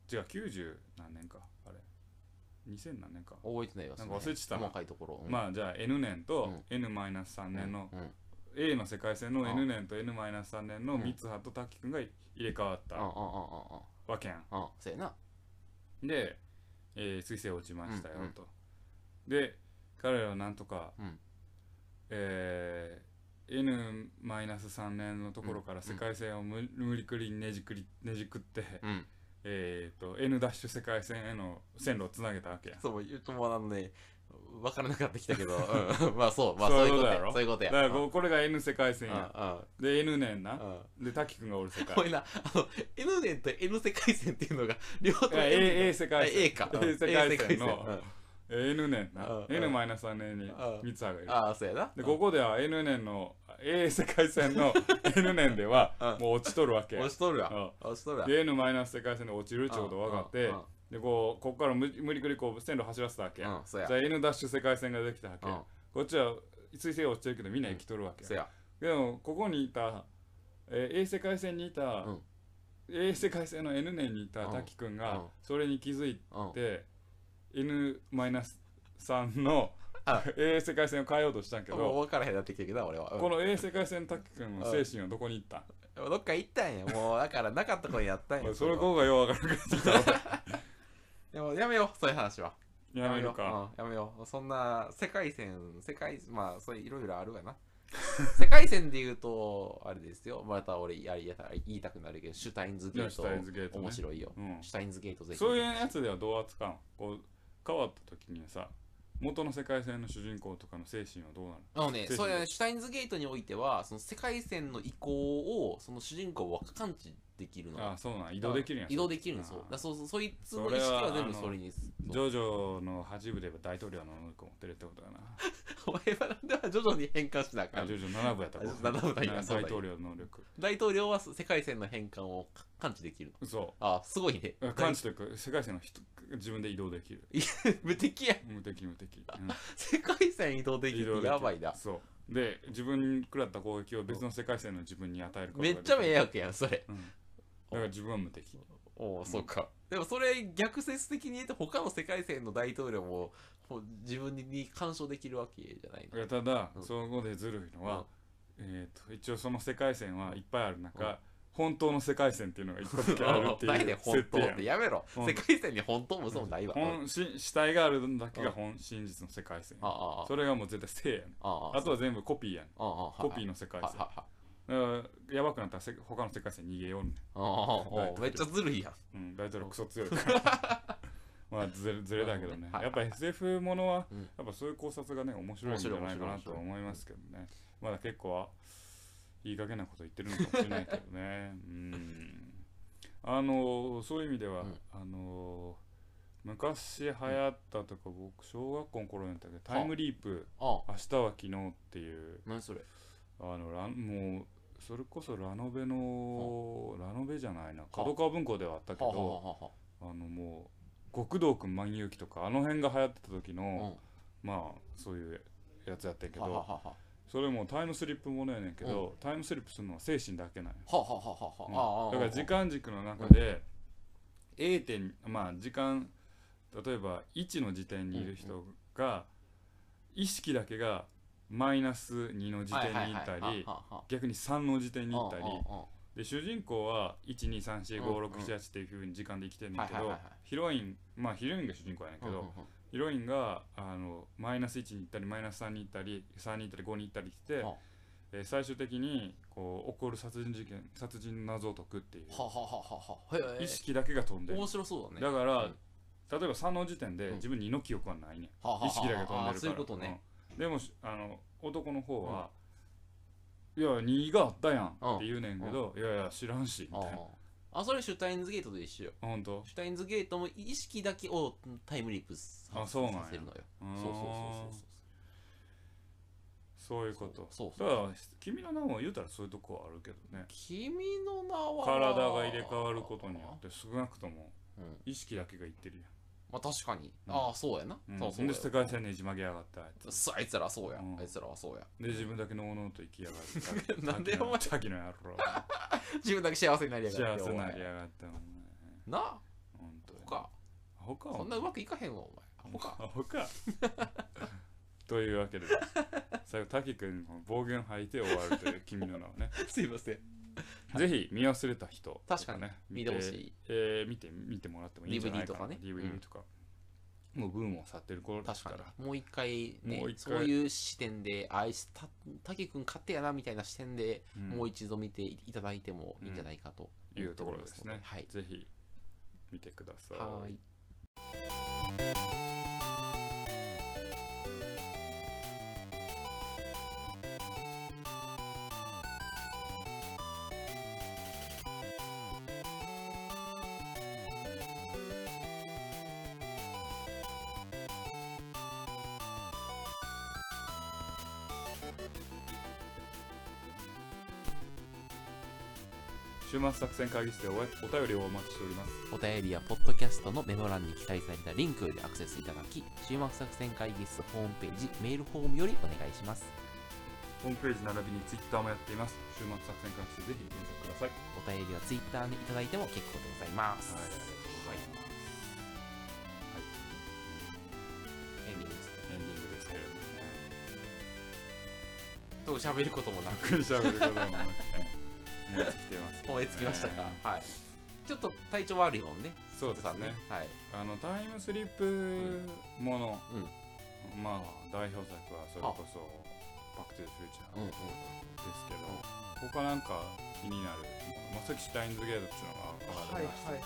[SPEAKER 1] 違う90何年かあれ2000何年か、
[SPEAKER 2] 覚えてないわ
[SPEAKER 1] なんか忘れてたな
[SPEAKER 2] 細かいところ、うん
[SPEAKER 1] まあじゃあ N 年と
[SPEAKER 2] うん
[SPEAKER 1] N-3 年の
[SPEAKER 2] うんうん
[SPEAKER 1] A の世界線の
[SPEAKER 2] あ
[SPEAKER 1] N 年と N-3 年の
[SPEAKER 2] うん
[SPEAKER 1] 三葉と滝くんが入れ替わっ
[SPEAKER 2] ああああ
[SPEAKER 1] たわけや
[SPEAKER 2] あああそうやな、
[SPEAKER 1] ん。で、えー、彗星落ちましたよ
[SPEAKER 2] うんうん
[SPEAKER 1] と。で、彼らはなんとか、
[SPEAKER 2] うん
[SPEAKER 1] えー N-3 年のところから世界線をむ無理くりねじくりねじくって、
[SPEAKER 2] うん、
[SPEAKER 1] えーと N ダッシュ世界線への線路をつなげたわけやん。
[SPEAKER 2] そう言うともうあのね分からなかってきた けど、うん、まあそう、まあ
[SPEAKER 1] そ
[SPEAKER 2] そうう
[SPEAKER 1] い
[SPEAKER 2] いうう
[SPEAKER 1] こ
[SPEAKER 2] ことと
[SPEAKER 1] や
[SPEAKER 2] や
[SPEAKER 1] ろ。
[SPEAKER 2] そういうこと
[SPEAKER 1] だ
[SPEAKER 2] や。
[SPEAKER 1] から
[SPEAKER 2] うん
[SPEAKER 1] ここれが N 世界線
[SPEAKER 2] うん
[SPEAKER 1] や。で N 年な。
[SPEAKER 2] うんうん
[SPEAKER 1] で滝君がおる世界
[SPEAKER 2] こ。れな、あの、N 年と N 世界線っていうのが、両方
[SPEAKER 1] いや A, A 世界線。
[SPEAKER 2] A か。うん
[SPEAKER 1] A 世界線
[SPEAKER 2] A 世界
[SPEAKER 1] の
[SPEAKER 2] 線
[SPEAKER 1] N 年
[SPEAKER 2] うん
[SPEAKER 1] な。
[SPEAKER 2] うん
[SPEAKER 1] N マイナス3年に
[SPEAKER 2] うん
[SPEAKER 1] 三つあが
[SPEAKER 2] う
[SPEAKER 1] る
[SPEAKER 2] ん。ああ、そうやな。
[SPEAKER 1] でここでは N 年の A 世界線 の N 年では
[SPEAKER 2] うん
[SPEAKER 1] もう落ちとるわけ
[SPEAKER 2] うん
[SPEAKER 1] や
[SPEAKER 2] 押。しとるわ。
[SPEAKER 1] う
[SPEAKER 2] 押しとるわ。
[SPEAKER 1] で N マイナス世界線で落ちるってことが分かって
[SPEAKER 2] うんうん、
[SPEAKER 1] でこうここから無無理くりこう線路走らせたわけや。
[SPEAKER 2] うん、そうや
[SPEAKER 1] じゃ。あ N ダッシュ世界線ができたわけ
[SPEAKER 2] う
[SPEAKER 1] や。
[SPEAKER 2] ん、
[SPEAKER 1] こっちは彗星が落ちてるけどみんな生きとるわけや。
[SPEAKER 2] そうや。
[SPEAKER 1] でもここにいた、えー、A 世界線にいた、
[SPEAKER 2] うん
[SPEAKER 1] A 世界線の N 年にいた
[SPEAKER 2] うん
[SPEAKER 1] 滝くん
[SPEAKER 2] う
[SPEAKER 1] が
[SPEAKER 2] ん
[SPEAKER 1] それに気づい
[SPEAKER 2] うん。
[SPEAKER 1] て、N-3 の
[SPEAKER 2] あ
[SPEAKER 1] A 世界線を変えようとしたんけ
[SPEAKER 2] もう
[SPEAKER 1] ど
[SPEAKER 2] 分からへんなってきたけどな、俺は。うん
[SPEAKER 1] この A 世界線の滝くんの精神はどこに行ったん、
[SPEAKER 2] どっか行ったんや。もう、だからなかったことやったん
[SPEAKER 1] おい
[SPEAKER 2] や。
[SPEAKER 1] それ
[SPEAKER 2] は
[SPEAKER 1] こがようわからなかった
[SPEAKER 2] でもやめよう、そういう話は。
[SPEAKER 1] やめるか。
[SPEAKER 2] うんやめよう。そんな、世界線、世界、まあ、そういういろいろあ るわな。世界線で言うと、あれですよ。また俺やりやた言いたくなるけど、シュタインズゲ
[SPEAKER 1] いやシュタインズゲ
[SPEAKER 2] ー
[SPEAKER 1] ート
[SPEAKER 2] ト、
[SPEAKER 1] ね
[SPEAKER 2] 面白いよ。
[SPEAKER 1] うん、
[SPEAKER 2] シュタインズゲートぜひ。
[SPEAKER 1] そういうやつではどう扱うんこう変わった時にさ元の世界線の主人公とかの精神はどうなる
[SPEAKER 2] あのね、
[SPEAKER 1] ぜひ
[SPEAKER 2] そういうシュタインズゲートにおいては、その世界線の移行を、その主人公は感知できるの。
[SPEAKER 1] ああそうなん移動できるんや
[SPEAKER 2] 移動できるんそう
[SPEAKER 1] あ。ー
[SPEAKER 2] だからそうそう、そいつの意識は全部それに。
[SPEAKER 1] ジョジョの8部で言えば大統領の能力を持ってるってことだな。
[SPEAKER 2] お前はなんでは徐々に変換しなあか
[SPEAKER 1] あ、
[SPEAKER 2] ん
[SPEAKER 1] ジョジョ7部やった
[SPEAKER 2] あ7部だ 今
[SPEAKER 1] な
[SPEAKER 2] そう
[SPEAKER 1] 大
[SPEAKER 2] だ
[SPEAKER 1] 統領の能力。
[SPEAKER 2] 大統領は世界線の変換を感知できるの。
[SPEAKER 1] そ
[SPEAKER 2] あ、すごいね。
[SPEAKER 1] う。感知というか、世界線の人自分で移動できる。
[SPEAKER 2] 無敵や。
[SPEAKER 1] 無敵無敵。うん
[SPEAKER 2] 世界線移動でき
[SPEAKER 1] 移動でき
[SPEAKER 2] るって
[SPEAKER 1] る
[SPEAKER 2] やばいな。
[SPEAKER 1] そう。で、自分に食らった攻撃を別の世界線の自分に与えることが
[SPEAKER 2] め
[SPEAKER 1] でき
[SPEAKER 2] っ
[SPEAKER 1] る
[SPEAKER 2] ちゃ迷惑やん、それ。
[SPEAKER 1] うん。だから自分は無敵。
[SPEAKER 2] おお、そうか。でもそれ逆説的に言うと、他の世界線の大統領ももう自分に干渉できるわけじゃない
[SPEAKER 1] いやただ
[SPEAKER 2] う、ん
[SPEAKER 1] そこでずるいの
[SPEAKER 2] の。
[SPEAKER 1] は、えーと、一応その世界線はいっぱいある中、本当の世界線っていうのが一個だけあるってい
[SPEAKER 2] 誰で
[SPEAKER 1] う設
[SPEAKER 2] 本当
[SPEAKER 1] 定や
[SPEAKER 2] っ
[SPEAKER 1] ん
[SPEAKER 2] て。やめろ。
[SPEAKER 1] うん
[SPEAKER 2] 世界線に本当もそうもないわ。うん
[SPEAKER 1] 本し死体があるだけが本真実の世界線
[SPEAKER 2] ああ、あ
[SPEAKER 1] それがもう絶対性やねん
[SPEAKER 2] あ、ああ
[SPEAKER 1] あとは全部コピーやねん
[SPEAKER 2] ああ、
[SPEAKER 1] コピー
[SPEAKER 2] の
[SPEAKER 1] の世界
[SPEAKER 2] はいは
[SPEAKER 1] 線だ
[SPEAKER 2] い
[SPEAKER 1] か
[SPEAKER 2] はい。
[SPEAKER 1] らやばくなったらせ他の世界線逃げようねん
[SPEAKER 2] ああああめっちゃずるいやん。
[SPEAKER 1] うん大統領クソ強いから まあずれずれだけどね
[SPEAKER 2] はい
[SPEAKER 1] やっぱ SF ものは
[SPEAKER 2] うん
[SPEAKER 1] やっぱそういう考察がね面白いんじゃないかなとは思いますけどねまだ結構はいい加減なこと言ってるのかもしれないけど ねうんあのそういう意味では、
[SPEAKER 2] うん
[SPEAKER 1] あの昔流行ったとか、僕小学校の頃やったけど「タイムリープ
[SPEAKER 2] ああ、
[SPEAKER 1] 明日は昨日」っていう
[SPEAKER 2] 何それ。
[SPEAKER 1] あのランもうそれこそラノベのラノベじゃないな角川文庫ではあったけ
[SPEAKER 2] はあはあ
[SPEAKER 1] ど
[SPEAKER 2] はあは
[SPEAKER 1] あのもう極道くん万有記とかあの辺が流行ってた時
[SPEAKER 2] あ。うん。
[SPEAKER 1] の
[SPEAKER 2] は
[SPEAKER 1] まあそういうやつやってんけ
[SPEAKER 2] あはあは
[SPEAKER 1] ど
[SPEAKER 2] あはあ。
[SPEAKER 1] それもタイムスリップものやねんけどタイムスリップするのは精神だけなんよ
[SPEAKER 2] はあはあはあはあああ。
[SPEAKER 1] だから時間軸の中で A 点まあ時間例えば1の時点にいる人が意識だけがマイナス2の時点にいた
[SPEAKER 2] はいはいはい
[SPEAKER 1] り
[SPEAKER 2] はあはあ
[SPEAKER 1] 逆に3の時点に行ったり
[SPEAKER 2] うんうんうん
[SPEAKER 1] で主人公は
[SPEAKER 2] うん
[SPEAKER 1] 12345678っていうふうに時間で生きてんねんけ
[SPEAKER 2] はいはい
[SPEAKER 1] ど
[SPEAKER 2] はいはい
[SPEAKER 1] ヒロインまあヒロインが主人公やねんけ
[SPEAKER 2] うんう
[SPEAKER 1] ど
[SPEAKER 2] んうん
[SPEAKER 1] ヒロインがあのマイナス1に行ったりマイナス3に行ったり3に行ったり5に行ったりして
[SPEAKER 2] はあ
[SPEAKER 1] えー最終的にこう起こる殺人事件殺人の謎を解くっていう
[SPEAKER 2] はあはあはあはあへえ
[SPEAKER 1] 意識だけが飛んでる
[SPEAKER 2] 面白そうだね
[SPEAKER 1] だから
[SPEAKER 2] うん
[SPEAKER 1] 例えば3の時点で
[SPEAKER 2] うん
[SPEAKER 1] 自分2の記憶はないねん
[SPEAKER 2] はあはあはあ
[SPEAKER 1] 意識だけ飛んでるから
[SPEAKER 2] あそういうことね
[SPEAKER 1] うんでもしあの男の方は「いや2があったやん」って言うねんけど「いやいや知らんし」み
[SPEAKER 2] あ
[SPEAKER 1] たいな
[SPEAKER 2] ああそれシュタインズゲートと一緒よ
[SPEAKER 1] 本当
[SPEAKER 2] シュタインズゲートも意識だけをタイムリープさ
[SPEAKER 1] あそうなんや
[SPEAKER 2] させるのよ
[SPEAKER 1] そう
[SPEAKER 2] そうそ
[SPEAKER 1] そ
[SPEAKER 2] うそうそう
[SPEAKER 1] ういうこと
[SPEAKER 2] そうそう
[SPEAKER 1] だから君の名も言うたらそういうとこはあるけどね
[SPEAKER 2] 君の名は
[SPEAKER 1] 体が入れ替わることによって少なくとも
[SPEAKER 2] うん
[SPEAKER 1] 意識だけがいってるや
[SPEAKER 2] まあ確かに
[SPEAKER 1] うん
[SPEAKER 2] ああそうやな
[SPEAKER 1] うん
[SPEAKER 2] そう
[SPEAKER 1] ほ
[SPEAKER 2] そ
[SPEAKER 1] ん
[SPEAKER 2] う
[SPEAKER 1] で世界線ねじ曲げやがったあいつ
[SPEAKER 2] そうあいつらはそうや
[SPEAKER 1] うん
[SPEAKER 2] あいつらはそうや
[SPEAKER 1] で自分だけのおのおと生きやがって
[SPEAKER 2] なんでお前
[SPEAKER 1] さっきの野郎
[SPEAKER 2] 自分だけ幸せになりやが
[SPEAKER 1] 幸
[SPEAKER 2] って
[SPEAKER 1] せになり
[SPEAKER 2] お前
[SPEAKER 1] やがってお前
[SPEAKER 2] なあ
[SPEAKER 1] ほんとに
[SPEAKER 2] 他
[SPEAKER 1] 他
[SPEAKER 2] そんなうまくいかへんわお前他
[SPEAKER 1] 他 というわけで最後滝君の暴言吐いて終わるという君の名を ね
[SPEAKER 2] すいません
[SPEAKER 1] ぜひ見忘れた人と
[SPEAKER 2] 確かに
[SPEAKER 1] ね
[SPEAKER 2] 見てほし
[SPEAKER 1] い
[SPEAKER 2] い
[SPEAKER 1] えー見て見てもらってもいいんじゃないかな
[SPEAKER 2] DVD とかね
[SPEAKER 1] DVD とか、もうブームを去ってる頃です
[SPEAKER 2] 確
[SPEAKER 1] から
[SPEAKER 2] かにもう一回,、ね、
[SPEAKER 1] もう一
[SPEAKER 2] そう
[SPEAKER 1] 回
[SPEAKER 2] いう視点であいつた滝君勝手やなみたいな視点で、
[SPEAKER 1] うん
[SPEAKER 2] もう一度見ていただいてもいいんじゃないかと
[SPEAKER 1] うんいうところですね
[SPEAKER 2] はい、
[SPEAKER 1] ぜひ見てください
[SPEAKER 2] はい
[SPEAKER 1] 週末作戦会議室でおお便りをお待ちしております
[SPEAKER 2] お便りやポッドキャストのメモ欄に記載されたリンクよりアクセスいただき、週末作戦会議室ホームページ、メールフォームよりお願いします。
[SPEAKER 1] ホームページ並びにツイッターもやっています週末作戦会議室ぜひ検索ください
[SPEAKER 2] お便りは Twitter でいただいても結構でございます。
[SPEAKER 1] はい
[SPEAKER 2] エンディングですね。
[SPEAKER 1] エンディングですけれどもね
[SPEAKER 2] どう喋ることもなく
[SPEAKER 1] くりしゃべることもなく燃え尽きてますけど
[SPEAKER 2] 燃え尽きましたか。はい。ちょっと体調悪いもんね。
[SPEAKER 1] そうです
[SPEAKER 2] さん
[SPEAKER 1] ね。
[SPEAKER 2] はい。
[SPEAKER 1] あのタイムスリップもの、
[SPEAKER 2] うん
[SPEAKER 1] まあ代表作はそれこそ「バック・トゥ・フューチャー」
[SPEAKER 2] うん
[SPEAKER 1] ですけど、他なんか気になるものまあさっきシュタインズ・ゲートっていうのが上が
[SPEAKER 3] は
[SPEAKER 1] り
[SPEAKER 3] いはい
[SPEAKER 1] ました、
[SPEAKER 3] は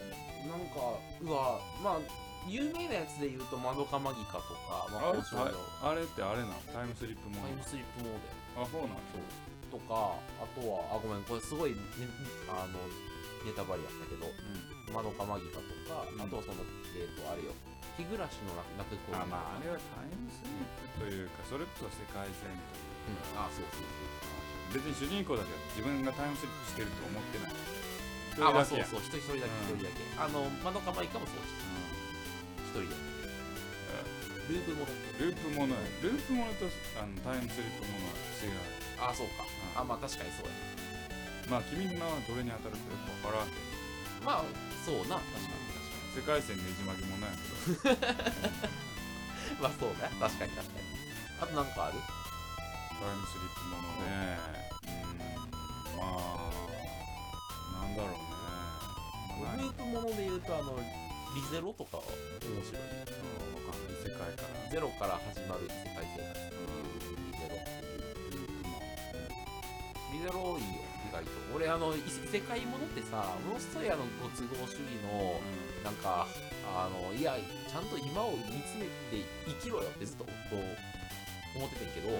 [SPEAKER 3] いあーなんか
[SPEAKER 2] うわ、まあ、有名なやつで言うと、マドカマギカとか、まあ、
[SPEAKER 1] あれ
[SPEAKER 2] 包丁のタイ
[SPEAKER 1] あれってあれなのタイムスリップもの
[SPEAKER 2] ムスリップモード
[SPEAKER 1] あそうなん
[SPEAKER 2] そうとか、あとは、あ、ごめん、これすごい、ね、あの、ネタバレやったけど、
[SPEAKER 1] う
[SPEAKER 2] マドカマギカとか、
[SPEAKER 1] うん
[SPEAKER 2] あとはその、えっ、と、あれよ、日暮らしの落語
[SPEAKER 1] んあまああれはタイムスリップというかそれこそ世界線
[SPEAKER 2] うん、あ、そうそう
[SPEAKER 1] というか別に主人公だけど自分がタイムスリップしてると思ってない
[SPEAKER 2] そう。あ、まあ、
[SPEAKER 1] そ
[SPEAKER 2] そ
[SPEAKER 1] れだ
[SPEAKER 2] う
[SPEAKER 1] け
[SPEAKER 2] そう、一人一人
[SPEAKER 1] うん
[SPEAKER 2] だけ、一人だけ。あの、マドカマギカもそう、一人だけ。ループも
[SPEAKER 1] やうん
[SPEAKER 2] のって。
[SPEAKER 1] ループものやループものとあのタイムスリップものは違う
[SPEAKER 2] あ、そう
[SPEAKER 1] う
[SPEAKER 2] か。
[SPEAKER 1] ん
[SPEAKER 2] あ、まあ、確かにそうや。
[SPEAKER 1] まあ君の名はどれに当たるかよくわからんけど
[SPEAKER 2] まあ、そうな、確かに
[SPEAKER 1] 世界線ねじ曲げもないけど
[SPEAKER 2] 確かに。まあ、そうね、確かに確かに。あとなんかある
[SPEAKER 1] タイムスリップものねうんまあなんだろうね
[SPEAKER 2] グ
[SPEAKER 1] まあない
[SPEAKER 2] ループもので言うと、あの、リゼロとかは面白い。
[SPEAKER 1] とわかんない世界から
[SPEAKER 2] ゼロから始まる世界生活っていうリゼロっていう。
[SPEAKER 1] ループも
[SPEAKER 2] リゼロいいよ、意外と。俺、あの、異世界ものってさ、ロストイヤのご都合主義の、なんか、あの、いや、ちゃんと今を見つめて生きろよってずっと思ってたんやけど、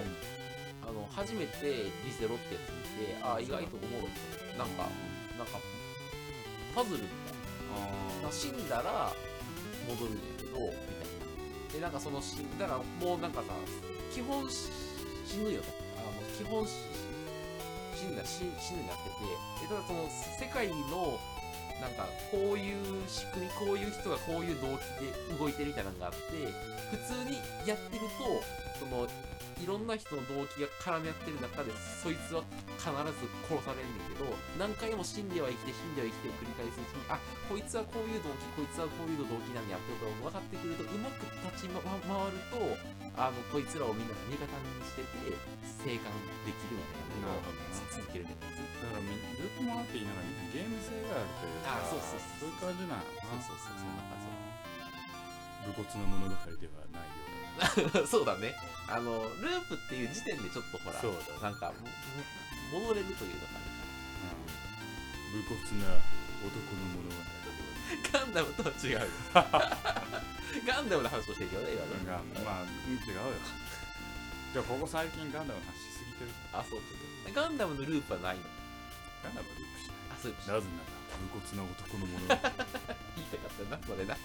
[SPEAKER 2] あの、初めてリゼロってやつ見て、ああ、意外と思う。なんか、なんか、パズルみたいな。
[SPEAKER 1] あ
[SPEAKER 2] まあ
[SPEAKER 1] ー
[SPEAKER 2] 死んだら戻るんやけど、みたいな。で、なんかその死んだら、もうなんかさ、基本し死ぬよと。あの、基本し死んだら死死ぬになってて、で、ただその世界の、なんか、こういう仕組み、こういう人がこういう動機で動いてるみたいなのがあって、普通にやってると、その、いろんな人の動機が絡み合ってる中で、そいつは必ず殺されるんだけど、何回も死んでは生きて、死んでは生きてを繰り返すうちに、あ、こいつはこういう動機、こいつはこういう動機なんやってことが分かってくると、うまく立ちま回ると、あの、こいつらをみんな味方にしてて、生還できるみたいなのを
[SPEAKER 1] なるほどな
[SPEAKER 2] 続けるね。
[SPEAKER 1] だからみループものって言いながらゲーム性があるというか
[SPEAKER 2] あそうそう
[SPEAKER 1] そ
[SPEAKER 2] そうう
[SPEAKER 1] いう感じなんやろな
[SPEAKER 2] そうそうそうそうなんかそ
[SPEAKER 1] 武骨の物語ではないよ
[SPEAKER 2] そうだね。あの、ループっていう時点でちょっとほら、
[SPEAKER 1] そうだ
[SPEAKER 2] なんか、もも戻れるというのかね。
[SPEAKER 1] 武骨な男の物語
[SPEAKER 2] ガンダムとは違うよ。 ガンダムの話をしてるけどね、今
[SPEAKER 1] が
[SPEAKER 2] ね。
[SPEAKER 1] まあうん違うよじゃあここ最近ガンダムの話しすぎてる
[SPEAKER 2] あ、そうそう。ガンダムのループはないの。
[SPEAKER 1] ガンダムはループしない
[SPEAKER 2] あ、そういうこと
[SPEAKER 1] なぜなら無骨な男の物語
[SPEAKER 2] 言いたかったな、それな。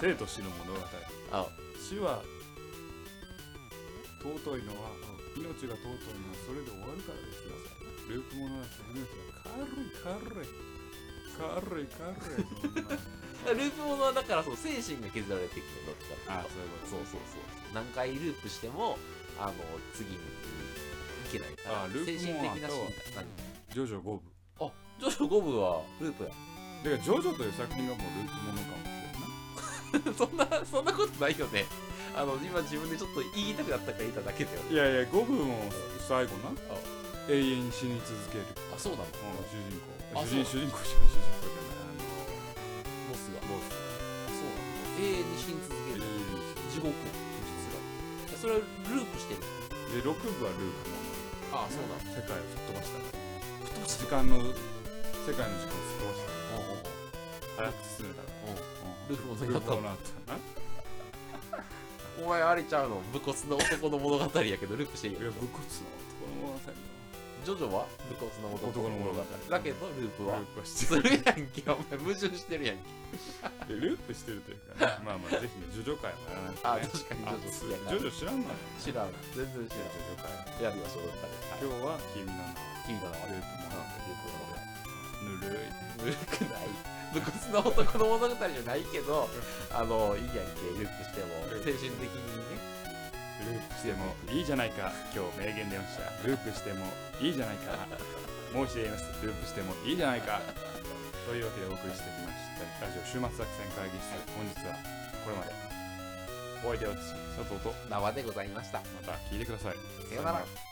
[SPEAKER 1] 生と死の物語
[SPEAKER 2] あ、
[SPEAKER 1] 死は尊いのは命が尊いのはそれで終わるからですよループ物語は命が軽い軽い軽い軽いそんな
[SPEAKER 2] ループものはだからそう精神が削られていくるどっちか
[SPEAKER 1] あ
[SPEAKER 2] ってい
[SPEAKER 1] そういう
[SPEAKER 2] うと
[SPEAKER 1] こと
[SPEAKER 2] そうそうそう何回ループしてもあの次にいけないから
[SPEAKER 1] あループも
[SPEAKER 2] 精神的
[SPEAKER 1] あ
[SPEAKER 2] な
[SPEAKER 1] とは
[SPEAKER 2] 進化
[SPEAKER 1] ジョジョ5部
[SPEAKER 2] 何あジョジョ5部はループや
[SPEAKER 1] だからジョジョという作品がもうループものかもしれない
[SPEAKER 2] そんなそんなことないよねあの今自分でちょっと言いたくなったから言っただけだよね
[SPEAKER 1] いやいや5部も最後な
[SPEAKER 2] あ
[SPEAKER 1] 永遠に死に続ける
[SPEAKER 2] あそうな
[SPEAKER 1] あ
[SPEAKER 2] の
[SPEAKER 1] の主人公
[SPEAKER 2] あ
[SPEAKER 1] 主人主
[SPEAKER 2] そ
[SPEAKER 1] 人公じゃない主人公じゃない
[SPEAKER 2] ボス
[SPEAKER 1] あ
[SPEAKER 2] が
[SPEAKER 1] のボス
[SPEAKER 2] あそうなの永遠に死に続ける地獄実はそれはループしてる
[SPEAKER 1] で6部はループもの
[SPEAKER 2] あそうなの
[SPEAKER 1] 世界を吹っ飛ばした
[SPEAKER 2] 吹っ飛ば
[SPEAKER 1] 時間
[SPEAKER 2] してる
[SPEAKER 1] の世界の時間を吹っ飛ばし
[SPEAKER 2] うんう
[SPEAKER 1] た早く進
[SPEAKER 2] んうん
[SPEAKER 1] めたら
[SPEAKER 2] うんループ
[SPEAKER 1] ル
[SPEAKER 2] もの
[SPEAKER 1] ー
[SPEAKER 2] や
[SPEAKER 1] プ
[SPEAKER 2] っ
[SPEAKER 1] も
[SPEAKER 2] た
[SPEAKER 1] のあったな
[SPEAKER 2] お前あれちゃうの武骨な男の物語やけどループしてるよ
[SPEAKER 1] いや武骨の男の物語
[SPEAKER 2] ジョジョは武骨な男
[SPEAKER 1] 男の物語
[SPEAKER 2] だけどループ
[SPEAKER 1] ル
[SPEAKER 2] は
[SPEAKER 1] ープはしてる
[SPEAKER 2] するやんけお前矛盾してるやんけ
[SPEAKER 1] いやループしてるというか ねまあまあぜひねジョジョ会もやらないとね
[SPEAKER 2] あ確かに
[SPEAKER 1] あ
[SPEAKER 2] ジョジ
[SPEAKER 1] そうジ
[SPEAKER 2] ョ好き
[SPEAKER 1] ョジョ知ら
[SPEAKER 2] やな
[SPEAKER 1] んのよ
[SPEAKER 2] 知らん全然知
[SPEAKER 1] ジョジョ会
[SPEAKER 2] らんやるよ
[SPEAKER 1] 今日は君の
[SPEAKER 2] その中で
[SPEAKER 1] 名をループも
[SPEAKER 2] キリが
[SPEAKER 1] なんかぬるい
[SPEAKER 2] ぬるくない露骨な男の物語じゃないけどあのいいやんけループしても精神的にね
[SPEAKER 1] ループしてもいいじゃないか今日名言出ましたループしてもいいじゃないかもう一度言いますループしてもいいじゃないかというわけでお送りしてきましたラジオ週末作戦会議室本日はこれまでお相手は私佐藤と
[SPEAKER 2] 縄でございました
[SPEAKER 1] また聞いてください
[SPEAKER 2] さようなら